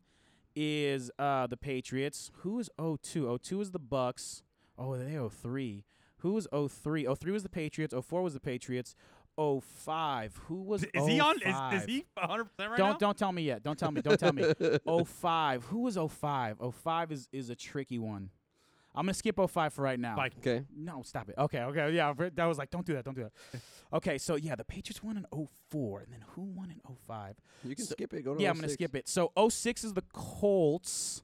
is uh, the Patriots. Who is 02? 02 is the Bucks. Oh, they 03. Who oh was 03? 03 was the Patriots. 04 was the Patriots. 05. Who was Is, is he on? 05? Is, is he 100 percent right don't now? don't tell me yet. Don't tell me. <laughs> Don't tell me. 05. Who oh was 05? 05 is is a tricky one. I'm gonna skip 05 for right now. Like, Okay. No, stop it. Okay, okay, yeah. but That was like, don't do that, don't do that. okay, so yeah, the Patriots won in 04, and then who won in 05? You can So- skip it. Go to Yeah, I'm going to 06. skip it. So 06 is the Colts.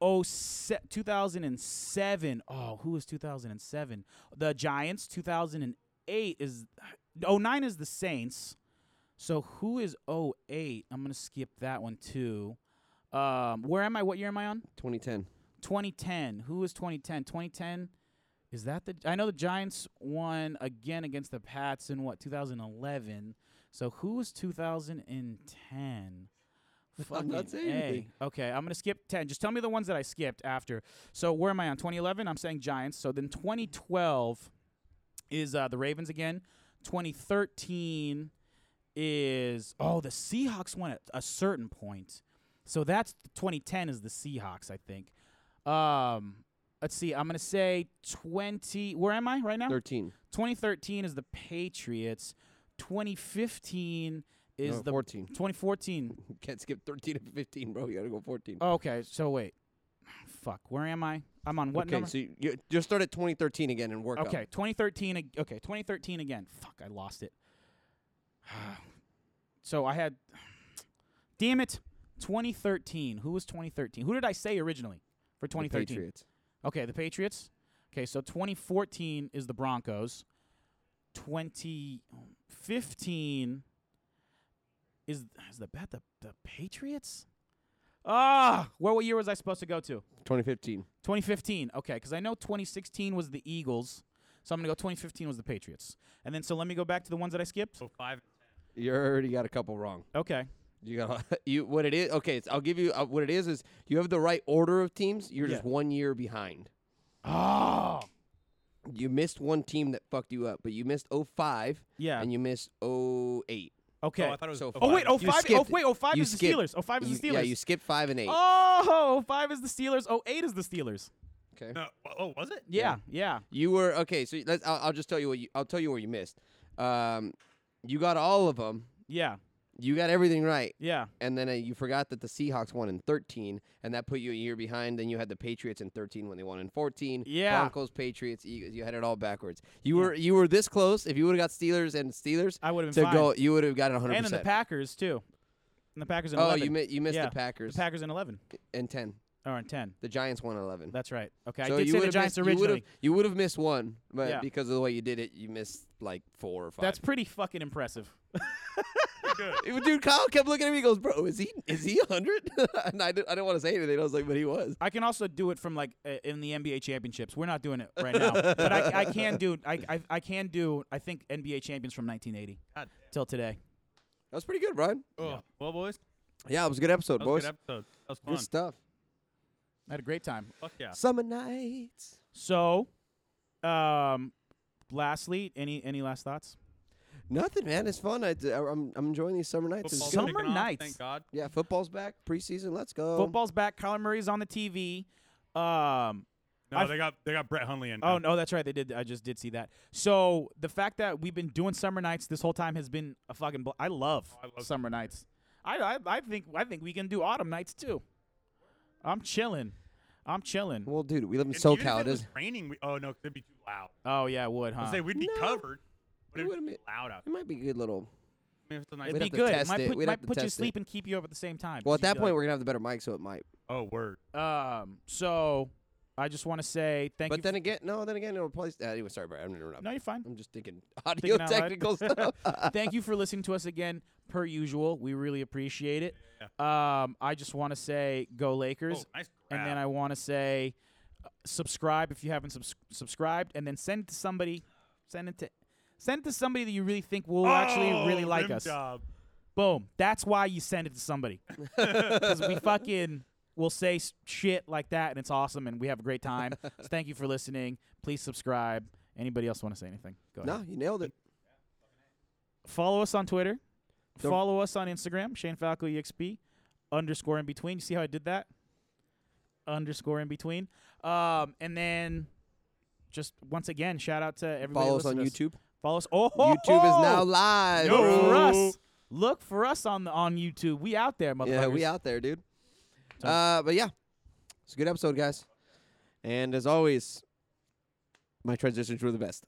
Oh, se- 2007. Oh, who was 2007? The Giants. 2008 is. oh nine is the Saints. So who is 08? I'm going to skip that one too. Um, where am I? What year am I on? 2010. 2010. Who was 2010? 2010. Is that the? I know the Giants won again against the Pats in what 2011. So who was 2010? <laughs> I'm not saying A. anything. Okay, I'm gonna skip 10. Just tell me the ones that I skipped after. So where am I on 2011? I'm saying Giants. So then 2012 is uh, the Ravens again. 2013 is oh the Seahawks won at a certain point. So that's 2010 is the Seahawks, I think. Um, let's see. I'm gonna say 20. Where am I right now? 13. 2013 is the Patriots. 2015 is No, the 14. 2014. You can't skip 13 and 15, bro. You gotta go 14. oh, Okay, so wait. Fuck. Where am I? I'm on what okay, number? so you, you just start at 2013 again and work up. Okay, 2013. ag- Okay, 2013 again. Fuck, I lost it. <sighs> so I had. Damn it. 2013. Who was 2013? Who did I say originally for The 2013? Patriots. Okay, the Patriots. Okay, so 2014 is the Broncos. 2015 is is the bet the, the Patriots? Ah, where what year was I supposed to go to? 2015. 2015. Okay, because I know 2016 was the Eagles, so I'm gonna go 2015 was the Patriots, and then so let me go back to the ones that I skipped. So Oh, five. You already got a couple wrong. Okay, You got <laughs> you what it is. Okay, it's, I'll give you uh, what it is. Is you have the right order of teams. You're just Yeah. one year behind. Ah! Oh, You missed one team that fucked you up, but you missed 05 Yeah. and you missed 08. okay. Oh, I thought it was. So oh, five. oh wait, five. oh You five. Oh skipped- wait, oh five you is the skipped- Steelers. Oh five is the you- Steelers. Yeah, you skipped five and eight. Oh, five is the Steelers. Oh eight is the Steelers. Okay. No, oh, was it? Yeah, yeah. You were okay. So let's. I'll, I'll just tell you what you. I'll tell you where you missed. Um, you got all of them. Yeah. You got everything right, Yeah. and then uh, you forgot that the Seahawks won in 13, and that put you a year behind. Then you had the Patriots in 13 when they won in 14. Yeah. Broncos, Patriots, Eagles. You had it all backwards. You were you were this close. If you would have got Steelers and Steelers I would've to been fine. go, you would have got 100. And in the Packers too. And the Packers in Oh, 11. you mi- you missed Yeah. the Packers The Packers in 11 and 10. or in 10. The Giants won 11. That's right. Okay, so I did you say the would've missed, Giants you would've- originally. You would have missed one, but Yeah. because of the way you did it, you missed like four or five. <laughs> That's pretty fucking impressive. Dude, Kyle kept looking at me. He goes, "Bro, is he is he 100?" <laughs> and I didn't, I didn't want to say anything. I was like, "But he was." I can also do it from like uh, in the NBA championships. We're not doing it right <laughs> now, but I, I can do. I, I I can do. I think NBA champions from 1980 God till today. That was pretty good, Brian. damn. Oh, Well, boys, Yeah, it was a good episode, that boys. was a good episode. That was fun. good stuff. Uh-huh. I had a great time. Fuck yeah. Summer nights. So, um, lastly, any any last thoughts? Nothing, man. It's fun. I, am I'm enjoying these summer nights. It's Football's good. Summer kicking off, nights. Thank God. Yeah, football's back. Preseason. Let's go. Football's back. Kyler Murray's on the TV. Um, No, I've- they got they got Brett Hundley in. Oh now. no, that's right. They did. I just did see that. So the fact that we've been doing summer nights this whole time has been a fucking. Bl- I love Oh, I love summer nights. I, I I think I think we can do autumn nights too. I'm chilling. I'm chilling. Well, dude, we live in And even SoCal. if It it was is. raining. We, oh no, 'cause it'd be too loud. Oh yeah, it would I'd huh? say we'd be No. covered, but It it'd would've be been- loud out. It might be a good little. I mean, if it's a nice It'd we'd be have to good. It test might it. put, We'd have might to put you to test it. sleep and keep you up at the same time. Well, at Just that be point, like- we're gonna have the better mic, so it might. Oh, word. um. So I just want to say thank But you. for- then again, no. Then again, it'll replace. Uh, anyway, sorry, Brian. I'm interrupting. no, <laughs> you're fine. I'm just thinking <laughs> Thinking audio out loud. technical <laughs> stuff. Thank you for listening to us again, per usual. We really appreciate it. Um, I just want to say go Lakers. Oh, nice And then grab. I want to say uh, subscribe if you haven't subs- subscribed, and then send it to somebody. Send it to send it to somebody that you really think will actually really Oh, like rim us. job. Boom. That's why you send it to somebody because we fucking will say s- shit like that, and it's awesome, and we have a great time. so thank you for listening. Please subscribe. Anybody else want to say anything? Go ahead no, you nailed it. follow us on Twitter. Don't- follow us on Instagram, Shane Falco EXP, underscore in between. You see how I did that? Underscore in between. Um, and then just once again, shout out to everybody. Follow that us on listened to YouTube. Follow us. Oh, YouTube is now live. Look Yo, bro. for bro. us. Look for us on the on YouTube. We out there, motherfuckers. Yeah, we out there, dude. So- Uh, but yeah, it's a good episode, guys. And as always, my transitions were the best.